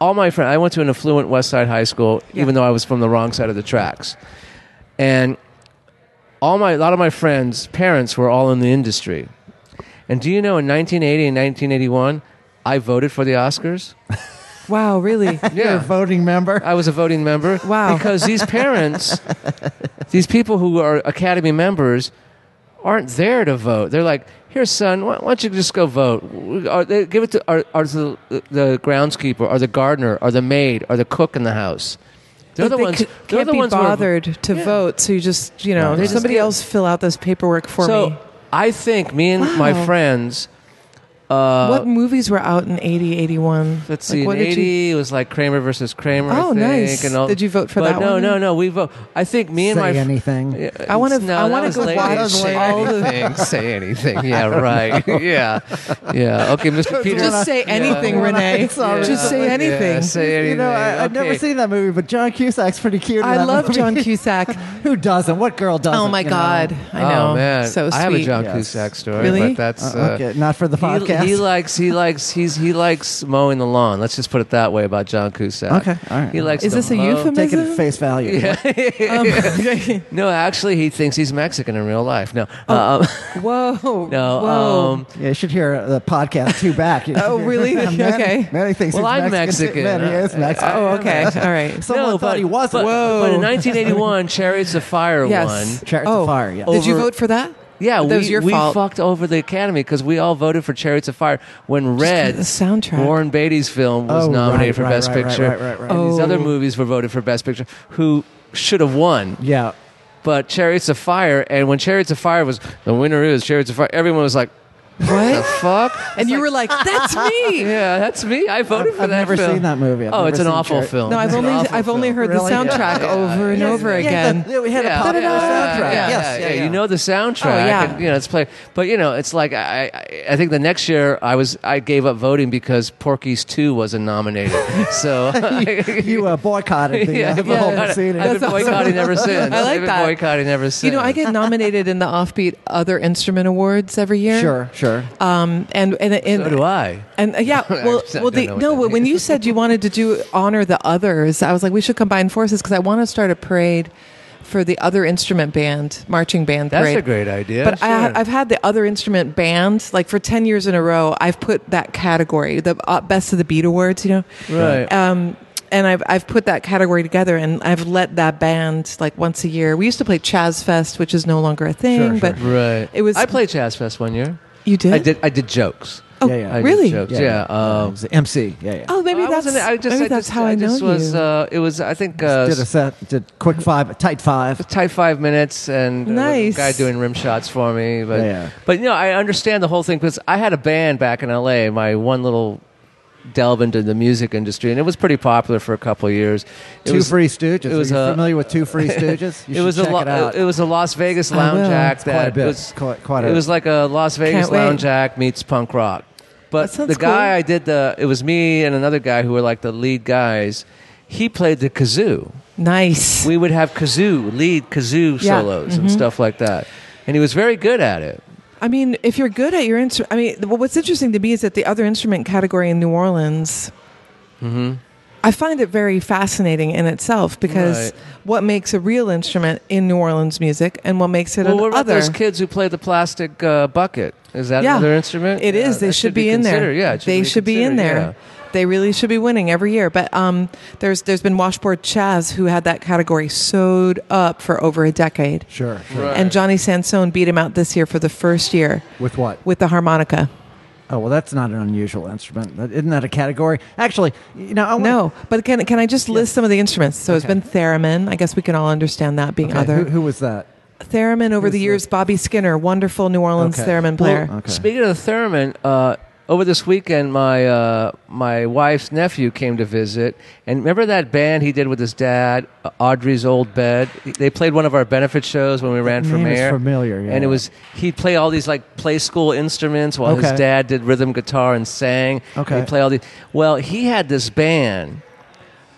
all my friends, I went to an affluent West Side high school,
Yeah.
even though I was from the wrong side of the tracks, and all my a lot of my friends' parents were all in the industry. And do you know in 1980 and 1981, I voted for the Oscars.
wow, really?
You're a voting member.
I was a voting member.
Wow. (laughs)
Because these parents, these people who are Academy members, aren't there to vote. They're like, here, son, why, why don't you just go vote? We- Or they give it to or, or to the, the groundskeeper, or the gardener, or the maid, or the cook in the house. They're
Like,
(laughs) the
they
ones.
c-
they're
can't
the
be
ones who are-
bothered to vote, so you just you know
they just
somebody
do it.
else fill out this paperwork for
so
me.
I think me and my
Wow.
friends. Uh,
what movies were out in 80, 81?
Let's
Like,
see,
what
in
did you-
80, it was like Kramer versus Kramer. I
Oh,
think,
nice.
and all-
Did you vote for
but
that
no,
one?
No, no, no. We vote. I think me and
Say
my
anything.
Yeah,
I wanna-
it's- no,
I
that
wanna
was
go
late.
watch
say
all the-
anything. say anything. Yeah, (laughs) right. Yeah, yeah. Okay, Mr. Peters.
Just say anything,
Yeah.
Renee.
Yeah.
Just say
Yeah,
anything.
say anything.
You know, I, I've never
Okay.
seen that movie, but John Cusack's pretty cute. in
I
that
love
movie.
(laughs)
John Cusack.
(laughs) Who doesn't? What girl doesn't?
Oh my
you know? Uh,
God! I know.
Oh man,
so sweet.
I have a John
Yes.
Cusack story,
Really?
but that's.
Uh, okay, not for the
uh, he,
podcast.
he likes he likes he's he likes mowing the lawn. Let's just put it that way about John Cusack.
Okay, all right.
He likes.
Is
to
this a
mow-
euphemism?
Take it at face value.
Um,
(laughs)
(laughs)
No, actually, he thinks he's Mexican in real life. No,
Oh.
um, (laughs)
whoa!
no.
Whoa!
Um,
Yeah, you should hear the podcast two back.
(laughs)
You should
Oh,
hear-
really? Okay.
(laughs) Many things.
Well, I'm Mexican.
Many is
I-
Mexican.
oh,
(laughs)
okay. All right.
Someone
no,
thought
but,
he wasn't.
But,
Whoa.
but in 1981, Chariots of Fire
Yes.
(laughs)
Oh.
won.
Chariots of Fire, yeah.
Did you
Over- (laughs)
vote for that?
Yeah,
That
we,
was your
we
fault.
fucked over the Academy because we all voted for Chariots of Fire when Red,
the soundtrack.
Warren Beatty's film, was
Oh,
nominated
right,
for
right,
Best
right, right,
Picture.
right, right, right.
And these
Oh.
other movies were voted for Best Picture, who should have won.
Yeah.
But Chariots of Fire, and when Chariots of Fire was the winner is Chariots of Fire, everyone was like, the
What?
fuck?
and you were like,
(laughs)
that's me.
Yeah, that's me. I voted for
I've
that
never
film.
seen that movie. I've
oh, it's an
never seen
awful
Chari-
film.
No, I've
It's an
only
awful
I've only
film.
heard
Really?
the soundtrack
Yeah, yeah,
over and
yeah.
over
Yeah,
(laughs)
again.
the- we had a popular soundtrack.
yeah,
yes,
yeah,
yeah,
You know the soundtrack.
Oh, yeah.
and, you know, it's play. But you know, it's like I, I, I think the next year I was I gave up voting because Porky's Two wasn't nominated. (laughs)
(laughs)
so
(laughs) You uh, boycotted the,
(laughs) yeah,
uh, the
yeah,
whole
I-
proceeding.
I've been
That's awesome.
boycotting ever since.
I like
I've been
that.
boycotting ever since.
You know, I get nominated in the offbeat other instrument awards every year.
Sure, sure.
Um, and and and,
So do I.
and uh, yeah,
(laughs) I
well,
just
well,
don't
the,
know
no,
what that
well, when
means.
you said you wanted to do honor the others, I was like, we should combine forces because I want to start a parade for the other instrument band, marching band
That's
parade.
a great idea.
But
sure.
I, I've had the other instrument band like for ten years in a row. I've put that category, the uh, best of the beat awards, you know,
Right.
Um, and I've I've put that category together, and I've let that band like once a year. We used to play Chaz Fest, which is no longer a
Sure,
thing, but
right.
it was-
I played Jazz Fest one year.
you did.
I did. I did jokes.
Oh,
Yeah, yeah.
I did
really?
jokes. Yeah.
Uh,
um,
it was the MC. Yeah, yeah.
Oh, maybe
I
that's
wasn't- I just,
maybe
I
that's
just-
how I, know
just was,
you.
Uh, it was. I think uh,
did a set, did quick five, tight five.
tight five minutes and uh,
Nice.
guy doing rim shots for me. But
Yeah.
but you know, I understand the whole thing because I had a band back in L.A. My one little delve into the music industry, and it was pretty popular for a couple of years. It
Two
was,
Free Stooges.
it was
Are you
a-
familiar with Two
(laughs)
Free Stooges? You
it
should
was a
check
lo-
it out.
it was a Las Vegas
I
lounge
will.
act
Quite a
that
bit.
was
Quite- quite a-
it was like a Las Vegas
Can't wait.
lounge act meets punk rock. But
That sounds
the guy
cool.
I did the it was me and another guy who were like the lead guys. He played the kazoo
nice.
we would have kazoo lead kazoo
Yeah. Mm-hmm.
solos and stuff like that and he was very good at it
I mean, if you're good at your instrument, I mean, th- what's interesting to me is that the other instrument category in New Orleans,
Mm-hmm.
I find it very fascinating in itself because
Right.
what makes a real instrument in New Orleans music and what makes it
well what
an
about
other.
those kids who play the plastic uh, bucket is that
Yeah.
another instrument
It is.
Yeah,
They
that
should, be, in there.
considered. yeah it
they should be in
considered,
there. They really should be winning every year. But um, there's there's been Washboard Chaz who had that category sewed up for over a decade,
sure,
yeah.
sure.
Right.
and Johnny Sansone beat him out this year for the first year
With what?
with the harmonica.
Oh well, that's not an unusual instrument. That- Isn't that a category? Actually, you know, I wanna-
No, but can can I just list some of the instruments? So it's
Oh, Okay.
been theremin. I guess we can all understand that being
Okay,
other
Who, who was that?
theremin
who's
over the
the-
years. Bobby Skinner, wonderful New Orleans
Okay.
theremin
Well,
player.
Okay.
speaking of the theremin uh, over this weekend my uh, my wife's nephew came to visit and remember that band he did with his dad uh, audrey's old bed they played one of our benefit shows when we ran for
name is
mayor
familiar, yeah.
and it was he'd play all these like play school instruments while his
Okay.
dad did rhythm guitar and sang
Okay.
he'd play all these well he had this band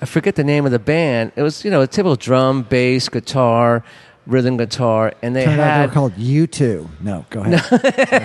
I forget the name of the band. It was you know a typical drum, bass, guitar, rhythm guitar, and they
Turned out they
had
were called U two. No, go
(laughs)
ahead.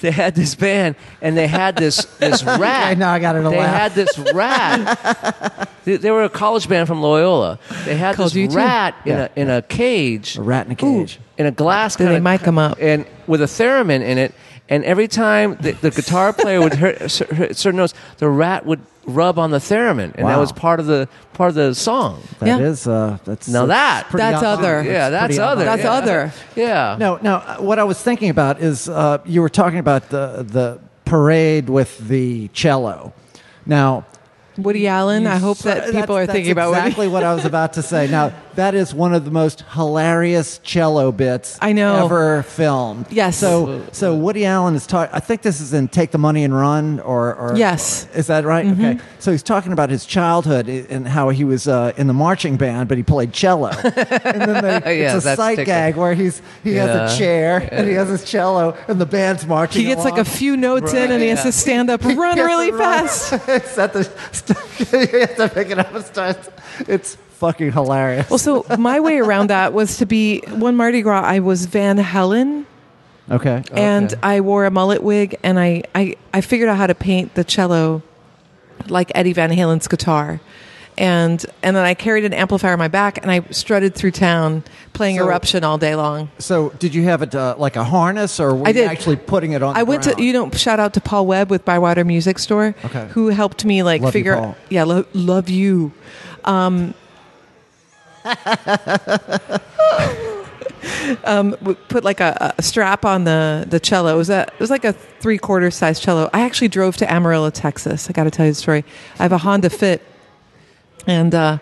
they had this band and they had this this rat.
Okay, now (laughs) I got it
They
allowed.
had this rat. they, they were a college band from Loyola. They had
Called you
this
too.
rat in
Yeah.
a in a cage,
a rat in a cage.
in a glass.
Did they
kinda-
mic 'em up?
and with a theremin in it. And every time the,
(laughs)
the guitar player would hurt certain notes, the rat would rub on the theremin, and that
Wow.
was part of the part of the song.
That
Yeah.
is, uh, that's
Now that-
pretty
That's
obvious.
other.
Yeah, that's
pretty
other.
That's
yeah.
other.
Yeah.
No, no. uh, What I was thinking about is uh, you were talking about the the parade with the cello. Now,
Woody Allen.
uh, you
I hope
so-
that
that's-
people are
that's
thinking about Woody.
exactly what I was about to say.
(laughs)
Now, that is one of the most hilarious cello bits
I know.
ever filmed.
Yes.
So, so Woody Allen is talking. I think this is in "Take the Money and Run," or, or
Yes. Mm-hmm.
is that right? Okay. So he's talking about his childhood i- and how he was uh, in the marching band, but he played cello.
(laughs)
and then
Oh,
they,
Yeah,
it's a
that's
sight
tickling.
gag where he's he has
Yeah.
a chair and he has his cello and the band's marching.
He gets like a
along.
few notes in, and he has
yeah.
to stand up, run
(laughs) He has to
really
run. (laughs)
fast.
it's at the (laughs) st- you have to pick it up and start. It's fucking hilarious.
Well, so my way around that was to be one Mardi Gras. I was Van Helen,
Okay.
and I wore a mullet wig, and I, I I figured out how to paint the cello like Eddie Van Halen's guitar. And and then I carried an amplifier on my back, and I strutted through town playing
So-
Eruption all day long.
So, did you have it uh, like a harness, or were
I
you
did.
actually putting it on?
I
the
went
ground?
to you know shout out to Paul Webb with Bywater Music Store,
Okay.
who helped me like
Love you,
figure
Paul.
yeah lo- love
(laughs)
you. Um, um, we put like a, a strap on the the cello. It was a it was like a three quarter size cello. I actually drove to Amarillo, Texas. I got to tell you the story. I have a Honda Fit, and. Uh,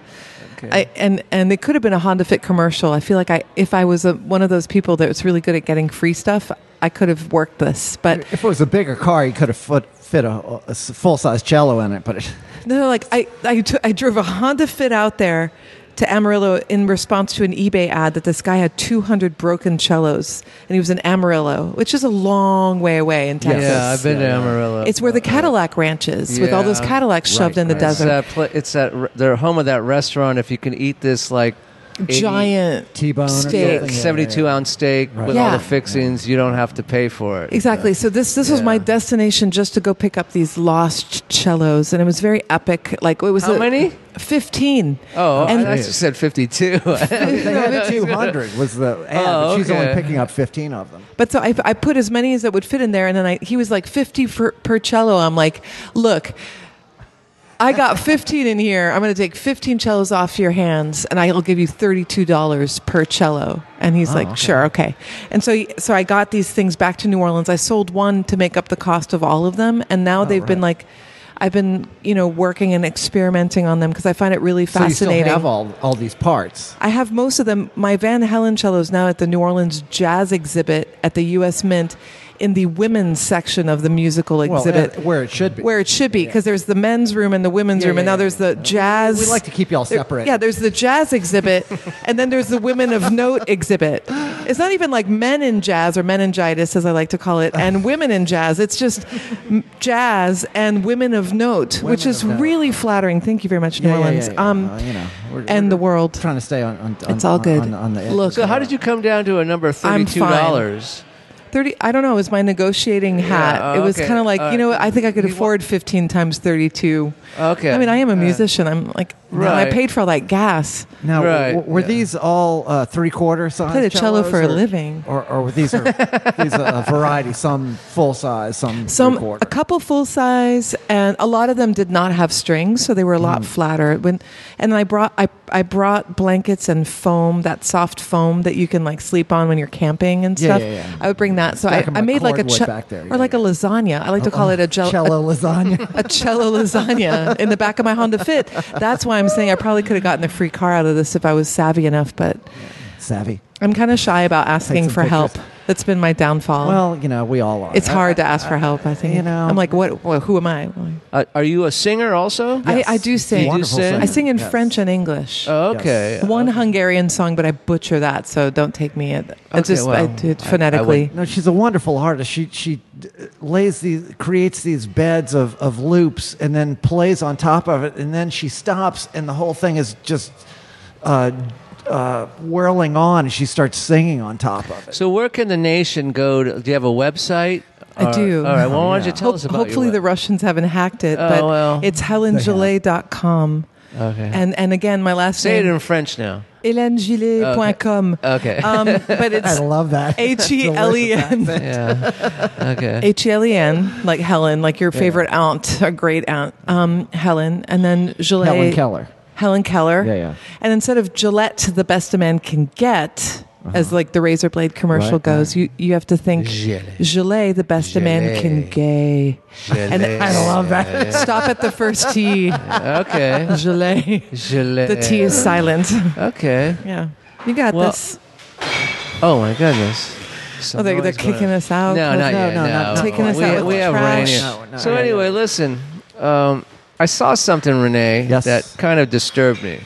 I, and and it could have been a Honda Fit commercial. I feel like I, if I was a, one of those people that was really good at getting free stuff, I could have worked this. But
If it was a bigger car, you could have fit, fit a, full size cello in it, but it, (laughs)
No, like I, I, t- I drove a Honda Fit out there to Amarillo in response to an eBay ad that this guy had 200 broken cellos, and he was in Amarillo, which is a long way away in Texas.
Yeah, I've been to Amarillo. Uh,
It's where the Cadillac Ranch is, with all those
Yeah.
Cadillacs shoved
Right,
in the
right.
It's
desert.
that, pla- it's that re- their home of that restaurant. If you can eat this like 80
Giant
T-bone or
steak.
something, yeah.
seventy-two ounce steak with all
Yeah.
the fixings, you don't have to pay for it.
Exactly. So this this was
Yeah.
my destination just to go pick up these lost ch- cellos, and it was very epic. Like it was
How
a-
many?
Fifteen.
Oh,
And-
I just said fifty-two. (laughs)
they had
(laughs)
200 was the ad,
Oh,
but she's
okay.
only picking up 15 of them.
But so I, I put as many as that would fit in there, and then I, he was like fifty per, per cello. I'm like, look, I got fifteen in here. I'm going to take fifteen cellos off your hands, and I'll give you thirty two dollars per cello. And
Oh,
he's like, sure, okay. And so he- so I got these things back to New Orleans. I sold one to make up the cost of all of them, and
Oh,
now they've been like. I've been, you know, working and experimenting on them because I find it really
So you
fascinating.
still have all, all these parts.
I have most of them. My Van Halen cello is now at the New Orleans Jazz Exhibit at the U.S. Mint in the women's section of the musical
Well,
exhibit.
uh, where it should be.
where it should be, because there's the men's room and the women's room, and now there's the jazz.
we like to keep y'all
there-
separate.
Yeah, there's the
(laughs)
jazz exhibit, and then there's the women of note exhibit. It's not even like men in jazz or meningitis, as I like to call
(laughs)
it, and women in jazz. It's just m- jazz and women of note, which is really flattering. Thank you very much, New
Yeah, yeah,
Orleans,
yeah, yeah.
Um,
Uh, you know, we're-
and the world.
trying to stay on, on, on
It's all
on-
good.
On, on the edge.
Look,
so how did you come down to a number of
I'm
thirty-two
fine.
dollars?
30 i don't know it was my negotiating hat
oh,
it was
okay.
kind of like
All
you know
right.
what i think i
Uh,
could
You wa-
afford 15 times 32
Okay.
i mean i am a
Uh,
musician i'm like no, i
Right.
paid for all that gas
Now, w-
Right,
w- were
yeah.
these all uh, three quarter size?
played a cello
cellos
for a
or-
living.
or, or were these are
(laughs)
these are a variety? Some full size, some
some
three quarter.
a couple full size and a lot of them did not have strings so they were a
Mm.
lot flatter when and i brought I, I brought blankets and foam that soft foam that you can like sleep on when you're camping and
Yeah,
stuff
yeah, yeah.
i would bring that so
Stack
I,
'em
I
like
made like a
cardboard
ce-
back there, yeah,
or like a lasagna i like to call it a gel- a
cello lasagna. (laughs)
a cello lasagna in the back of my Honda Fit. That's why I'm saying I probably could have gotten a free car out of this if I was savvy enough, but
Savvy.
I'm kind of shy about asking
some
for
pictures.
help. That's been my downfall.
Well, you know, we all are. Uh,
it's
I-
hard to ask for help, I think.
you know.
I'm like, what, what who am I? Well,
Uh, are you a singer also?
I, I do sing.
Wonderful
sing?
singer.
I sing in
Yes.
French and English.
Oh, okay.
One Hungarian song, but I butcher that, so don't take me at.
Okay,
It's just I
well,
do it
I- I
phonetically.
wouldn't.
No, she's a wonderful artist. She she d- lays these creates these beds of, of loops and then plays on top of it and then she stops and the whole thing is just uh, uh, whirling on and she starts singing on top of it.
So where can the nation go? To, do you have a website?
I
Or-
do.
All right. Well, why don't you tell
Hope-
us about
hopefully
your
the Russians haven't hacked it,
Oh,
but
well.
it's helengillet.com.
Okay.
And and again, my last
Say it
name
in French now.
HeleneGillet.com.
Okay.
(laughs)
Um, but
I
it's
love that.
H E L E N.
yeah. Okay.
(laughs) H E L E N, like Helen, like your favorite aunt, (laughs) a great aunt, um, Helen, and then Gillette.
Helen Keller.
Helen Keller.
Yeah, yeah.
And instead of Gillette, the best a man can get, as like the razor blade commercial
Uh-huh. Right,
goes, you you have to think
Gillette.
Gillette, the best a man can
Gillette.
gay. And
Gillette.
I love that.
Stop at the first (laughs) T.
Okay.
Gillette.
Gillette.
(laughs) The T is silent. (laughs)
Okay.
Yeah. You got
Well,
this.
Oh my goodness. Some
Oh, they, they're
noise going
kicking
on.
us out.
No, not
No,
yet.
no,
No,
not that
Taking
one.
us
we,
out with
we
the
have
trash.
Renee.
No, no,
so
no,
anyway,
no.
listen. Um, I saw something, Renee,
Yes.
that kind of disturbed me.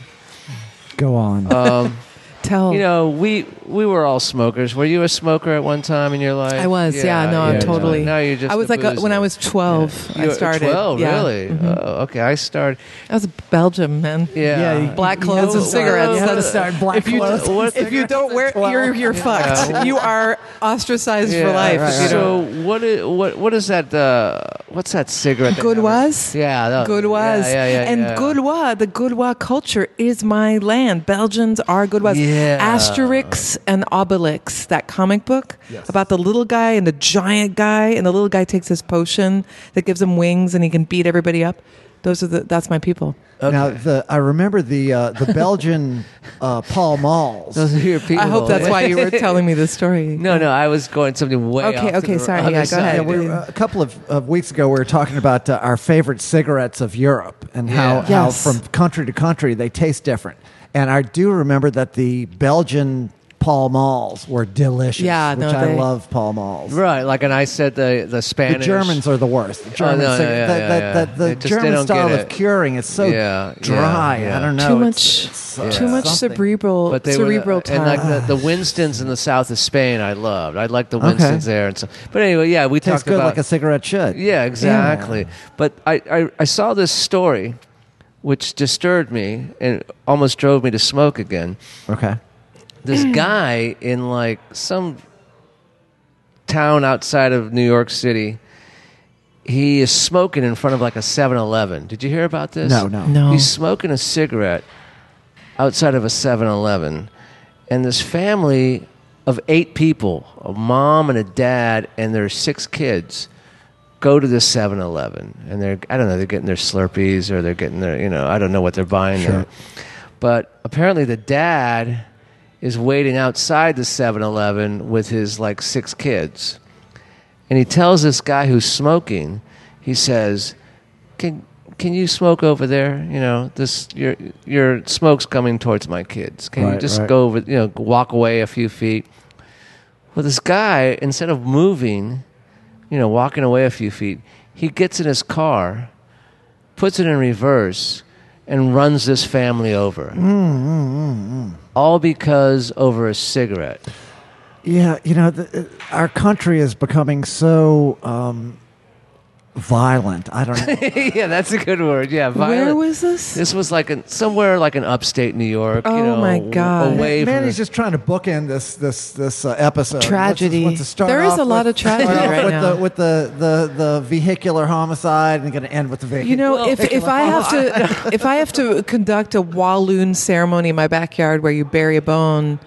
Go on.
Um,
Tell.
you know, we we were all smokers. Were you a smoker at one time in your life?
I was, yeah, no,
I'm
you were.
totally-
Now you're just.
I was
a
like a, when
boozer.
I was 12,
You
I
were
started.
12,
yeah. Mm-hmm.
really? Oh, okay, I started.
That was Belgium, man.
Yeah. Oh,
you-
Black
you
clothes
know,
and cigarettes.
You had to
That's-
start black
if you d-
clothes.
what-
If you don't wear, you're, you're fucked. You are ostracized
Yeah,
for life.
right,
if you
right.
don't-
so what i- what what is that? Uh, what's that cigarette? they
Good
have?
was?
Yeah. that-
Gaulois.
Yeah, yeah, yeah,
and
yeah.
Gaulois, the Gaulois culture is my land. Belgians are Gaulois.
Yeah.
Asterix and Obelix, that comic book about the little guy and the giant guy, and the little guy takes his potion that gives him wings and he can beat everybody up. Those are the. That's my people.
Now, the, I remember the uh, the Belgian uh, Pall Malls.
(laughs) Those are your people.
I hope that's why you were telling me this story.
(laughs) No, no, I was going something way.
Okay,
off to
okay,
the
sorry,
other
yeah, go
side.
ahead.
Yeah, we were, uh, a couple of, of weeks ago, we were talking about uh, our favorite cigarettes of Europe and how,
Yeah.
how
Yes.
from country to country they taste different. And I do remember that the Belgian Pall Malls were delicious.
Yeah,
which
no,
I
they-
love Pall Malls.
Right, like and I said the the
The
Spanish. Oh,
Germans are the worst. The German
no, no,
cigarette-
yeah,
that-
yeah,
that-
yeah.
that-
They
the
just- they
German
don't
style of
get it.
curing is so
Yeah, yeah,
dry.
yeah.
I don't know.
Too
it's-
much,
it's, uh,
too much
something.
cerebral,
But they
cerebral
were, and like the, the Winstons in the south of Spain, I loved. I liked the Winstons there, and so. But anyway, yeah, we
Tastes
talked
good
about
like a cigarette should.
Yeah, exactly. But I, I, I saw this story which disturbed me and almost drove me to smoke again.
Okay.
This guy in like some town outside of New York City, he is smoking in front of like a 7 Eleven. Did you hear about this?
No, no.
No.
He's smoking a cigarette outside of a 7 Eleven, and this family of eight people a mom and a dad and their six kids go to the 7 Eleven. And they're, I don't know, they're getting their Slurpees or they're getting their, you know, I don't know what they're buying there. But apparently the dad is waiting outside the 7 Eleven with his like six kids. And he tells this guy who's smoking, he says, "Can can you smoke over there? You know, this your your smoke's coming towards my kids. Can you
Right,
just
right.
go over, you know, walk away a few feet?" Well, this guy instead of moving, you know, walking away a few feet, he gets in his car, puts it in reverse, and runs this family over.
Mm,
All because over a cigarette. (laughs)
Yeah, you know, the, our country is becoming so um, violent. I don't
(laughs)
know.
yeah, that's a good word. Yeah, violent.
Where was this?
This was like in somewhere like in upstate New York. you
Oh,
know,
my
w-
God.
Away from
Manny's
the,
just trying to bookend this this this uh, episode. Let's just-
Tragedy.
let's just start
There is
off
a lot
with-
of tragedy
start off
right
with
now.
The, with the, the the vehicular homicide, and going to end with the vehicle.
You know, if, if I have to
(laughs)
(laughs) if I have to conduct a Walloon ceremony in my backyard where you bury a bone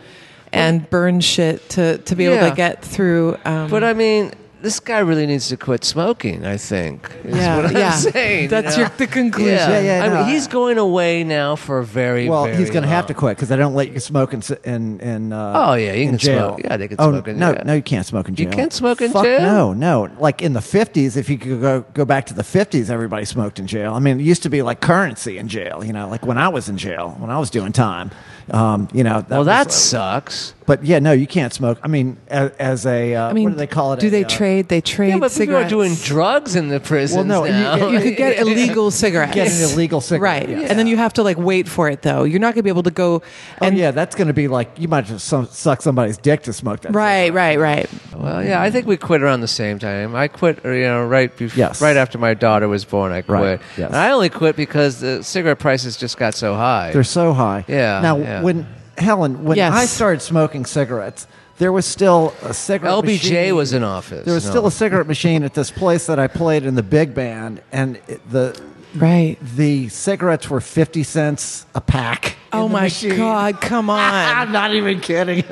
and burn shit to, to be able
Yeah.
to get through. Um,
but I mean, this guy really needs to quit smoking. I think is
Yeah,
what I'm
yeah.
saying. you
That's
know?
your- the conclusion.
Yeah,
Yeah, yeah,
I
no,
mean, he's
I-
going away now for a very
well, he's
going
going to have to quit because they don't let you smoke in s- in, in uh,
Oh, yeah, you
in
can
jail.
smoke. Yeah, they can
oh,
smoke in-
no,
yeah.
no, you can't smoke in
You
jail.
can't smoke in
Fuck
jail?
No, no. Like in the fifties, if you could go go back to the fifties, everybody smoked in jail. I mean, it used to be like currency in jail. You know, like when I was in jail, when I was doing time. Um, you know, that
Well,
was,
that
uh,
sucks.
But yeah, no, you can't smoke. I mean, as, as a uh,
I mean,
what do they call it?
Do
A,
they
uh,
trade? They trade
Yeah, but people are
cigarettes.
doing drugs in the prisons
no, you
now.
get-
you could get illegal cigarettes.
Get an illegal cigarette,
Right.
yeah.
And then you have to like wait for it though. You're not going to be able to go
Oh,
and
yeah, that's going to be like you might just some, suck somebody's dick to smoke that.
Right, right, right.
(laughs) Well, yeah, I think we quit around the same time. I quit, uh, you know, right before,
Yes.
right after my daughter was born. I quit,
Right, yes.
and I only quit because the cigarette prices just got so high.
They're so high.
Yeah,
Now,
yeah.
when Helen, when
Yes.
I started smoking cigarettes, there was still a cigarette.
LBJ
machine.
was in office.
There was
No.
still a cigarette machine at this place that I played in the big band, and it- the
Right.
the cigarettes were fifty cents a pack. in
Oh
the
my
machine. (laughs)
god, come on.
I'm not even kidding.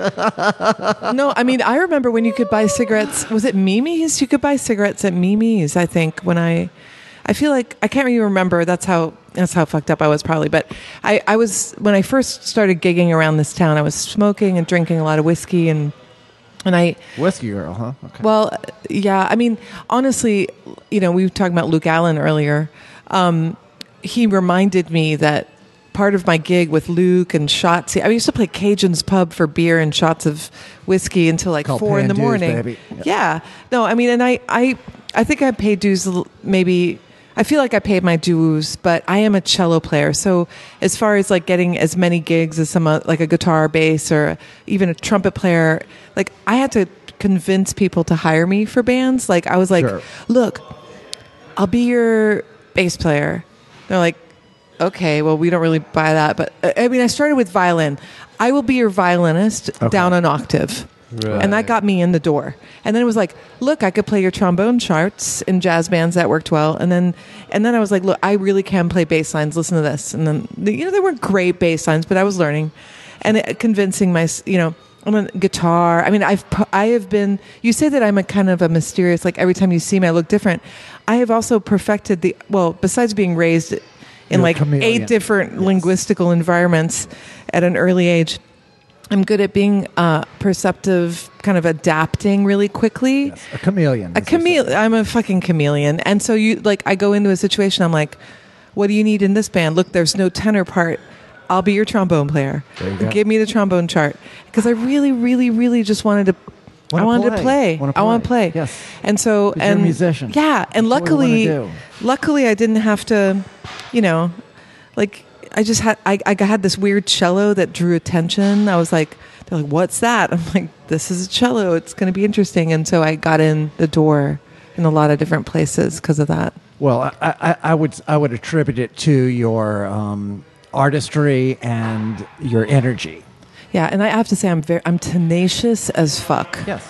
no, I mean, I remember when you could buy cigarettes. Was it Mimi's? You could buy cigarettes at Mimi's. I think when I, I feel like I can't really remember. That's how that's how fucked up I was probably. But I, I was when I first started gigging around this town. I was smoking and drinking a lot of whiskey and and I
Whiskey girl, huh? Okay.
well, uh, yeah. I mean, honestly, you know, we were talking about Luke Allen earlier. Um, he reminded me that part of my gig with Luke and Shotzi, I used to play Cajun's Pub for beer and shots of whiskey until like
Called
four in the
paying dues,
morning.
baby. Yeah.
Yeah. No, I mean, and I, I, I think I paid dues l- maybe. I feel like I paid my dues, but I am a cello player. So as far as like getting as many gigs as some uh, like a guitar, bass, or even a trumpet player, like I had to convince people to hire me for bands. Like I was like,
Sure.
look, I'll be your bass player. They're like, okay, well, we don't really buy that. But uh, I- I mean, I started with violin. I will be your violinist down an octave. And that got me in the door. And then it was like, look, I could play your trombone charts in jazz bands that worked well. And then, and then I was like, look, I really can play bass lines. Listen to this. And then, you know, they weren't great bass lines, but I was learning and it, convincing my, you know, I'm on guitar. I mean, I've pu- I have been. You say that I'm a kind of a mysterious. Like every time you see me, I look different. I have also perfected the well. Besides being raised in
a
like
chameleon.
eight different linguistical environments at an early age, I'm good at being uh, perceptive, kind of adapting really quickly.
Yes, a chameleon.
A
as they say.
chameleon. I'm a fucking chameleon. And so you like I go into a situation. I'm like, what do you need in this band? Look, there's no tenor part. I'll be your trombone player.
There you go.
Give me the trombone chart because I really, really, really just wanted to.
Wanna
I wanted
play.
to play.
Wanna
I want to
play.
play.
Yes.
And so,
'Cause you're a
and
musician.
Yeah. And
That's what we wanna
luckily,
do.
luckily, I didn't have to. You know, like I just had I, I had this weird cello that drew attention. I was like, they're like, what's that? (laughs) I'm like, this is a cello. It's going to be interesting. And so I got in the door in a lot of different places because of that.
Well, I, I, I would I would attribute it to your um, artistry and your energy.
Yeah, and I have to say I'm very I'm tenacious as fuck.
Yes.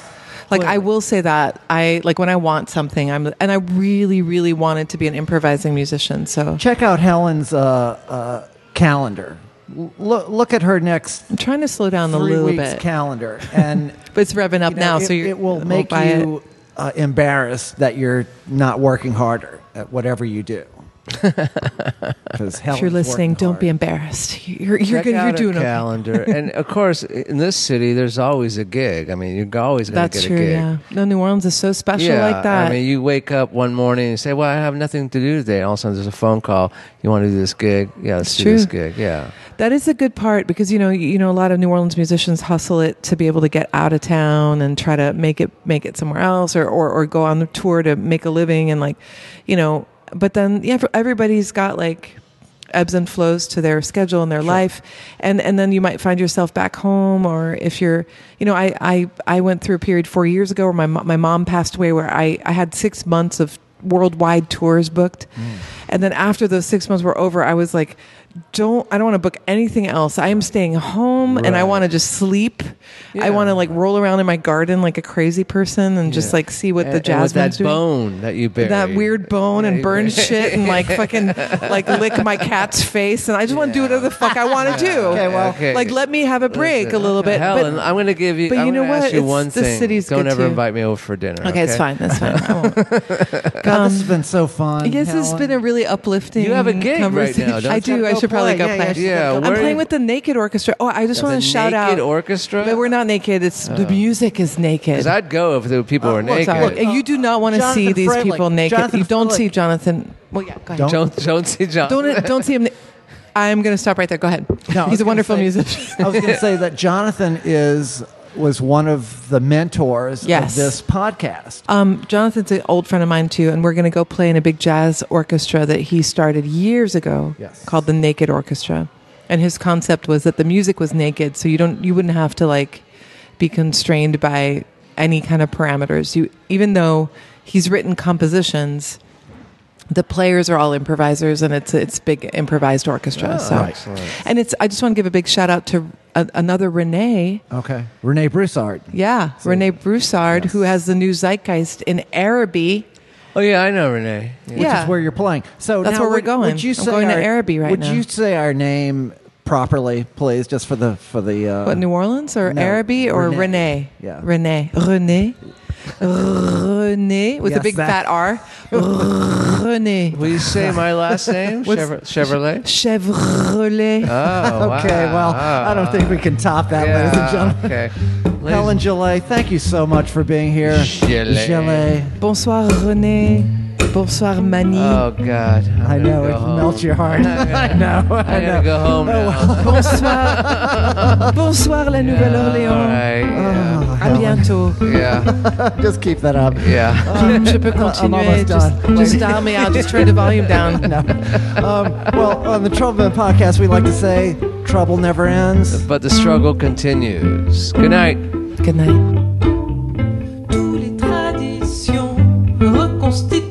Like I will say that I like when I want something I'm and I really really wanted to be an improvising musician. So
Check out Helen's uh, uh, calendar. L- loo- look at her next
I'm trying to slow down a
three
little
weeks
bit.
calendar, and
but it's revving (laughs) up
you know,
now,
it,
so you're,
it will
we'll
make
buy it.
you uh, embarrassed that you're not working harder at whatever you
(laughs)
do. Because
If you're listening, don't be embarrassed. You're you're,
Check
good, you're
out
doing
a
okay.
calendar, and of course, in this city, there's always a gig. I mean, you're always going to
That's
get
true.
a gig.
Yeah. No, New Orleans is so special
Yeah,
like that.
I mean, you wake up one morning and you say, "Well, I have nothing to do today." All of a sudden, there's a phone call. You want to do this gig? Yeah, let's
It's
do this
true.
gig. Yeah,
that is a good part because you know you, you know a lot of New Orleans musicians hustle it to be able to get out of town and try to make it make it somewhere else or or, or go on the tour to make a living and like you know. But then yeah, for- everybody's got like ebbs and flows to their schedule and their life and and then you might find yourself back home or if you're you know I I, I went through a period four years ago where my mo- my mom passed away where I I had six months of worldwide tours booked and then after those six months were over I was like don't I don't want to book anything else I am staying home and I want to just sleep I
Yeah.
want to like roll around in my garden like a crazy person and just
Yeah.
like see what
And-
the
and with
jazz
that bone that you buried.
that weird bone
Yeah,
and
you
burn
buried-
shit and like fucking like lick my cat's face and I just want to do whatever the fuck I
(laughs)
want to do.
Okay, well-
Okay.
like let me have a break
Listen,
a little bit.
Helen,
but,
I'm going to give you.
but
I'm
you know
gonna
what?
Ask you
It's-
one
the
thing.
city's
Don't
good
ever
too.
invite me over for dinner.
okay, it's fine.
(laughs)
That's fine. I won't.
God, this has been so fun.
Yes, it's
Helen.
been a really uplifting.
You have a gig right now,
conversation.
don't you?
I do. I should probably go
Yeah,
play.
yeah, she's
Yeah,
gotta go
where-
I'm playing with the Naked Orchestra. Oh, I just
The
want to shout
naked
out.
orchestra.
But we're not naked. It's the music is naked.
Because I'd go if the people
Oh,
were
look,
naked.
I-
Look, you do not want to
Jonathan
see these
Frelick.
people naked.
Jonathan
you don't
Frelick.
see Jonathan. Well, yeah, go ahead.
Don't-
don't don't see John.
Don't don't see him. I'm going to stop right there. Go ahead.
No, I was
He's a
gonna
wonderful
say- (laughs)
musician.
I was going to say that Jonathan is was one of the mentors
Yes.
of this podcast.
Um, Jonathan's an old friend of mine too, and we're going to go play in a big jazz orchestra that he started years ago,
Yes.
called the Naked Orchestra. And his concept was that the music was naked, so you don't you wouldn't have to like be constrained by any kind of parameters. You even though he's written compositions, the players are all improvisers, and it's it's big improvised orchestra. so, and it's I just want to give a big shout out to a, another Renee.
Okay, Renee Broussard.
Yeah, Renee Broussard, who has the new Zeitgeist in Araby.
Oh yeah, I know Renee. Yeah.
which is where you're playing. So
That's
now
where we're
would-
going.
Would you
I'm
say
going to
our-
Araby right
Would
now.
you say our name properly, please, just for the for the uh,
What, New Orleans or
no,
Araby or
Renee.
Renee?
Yeah.
Renee. Renee. Renee with
Yes,
a big
that-
fat R. Renee.
Will you say
(laughs)
my last name?
What's-
Chevro- Chevrolet.
Chevrolet.
Uh.
Oh.
Okay,
wow.
well,
Oh,
I don't think we can top that, ladies and gentlemen.
Okay. Ladies-
Helen Gillet, thank you so much for being here.
Gillet.
Gillet.
Bonsoir, Renee. Bonsoir, Mani.
Oh God. I'm
I
gonna
know,
go
it
home.
melts your Oh, heart. I know. I
(laughs) I
know.
gotta go home
(laughs)
now.
Bonsoir. Bonsoir, la
All
Nouvelle-Orléans.
(laughs)
right.
À bientôt.
Yeah.
Just keep that up.
Yeah.
(laughs)
yeah.
Je peux continuer.
almost
Just,
done.
just dial me out. Just turn the volume down.
No. Um, well, on the Troubleman podcast, we like to say trouble never ends.
But the struggle continues. Good night.
Good night.
tous les traditions reconstituées.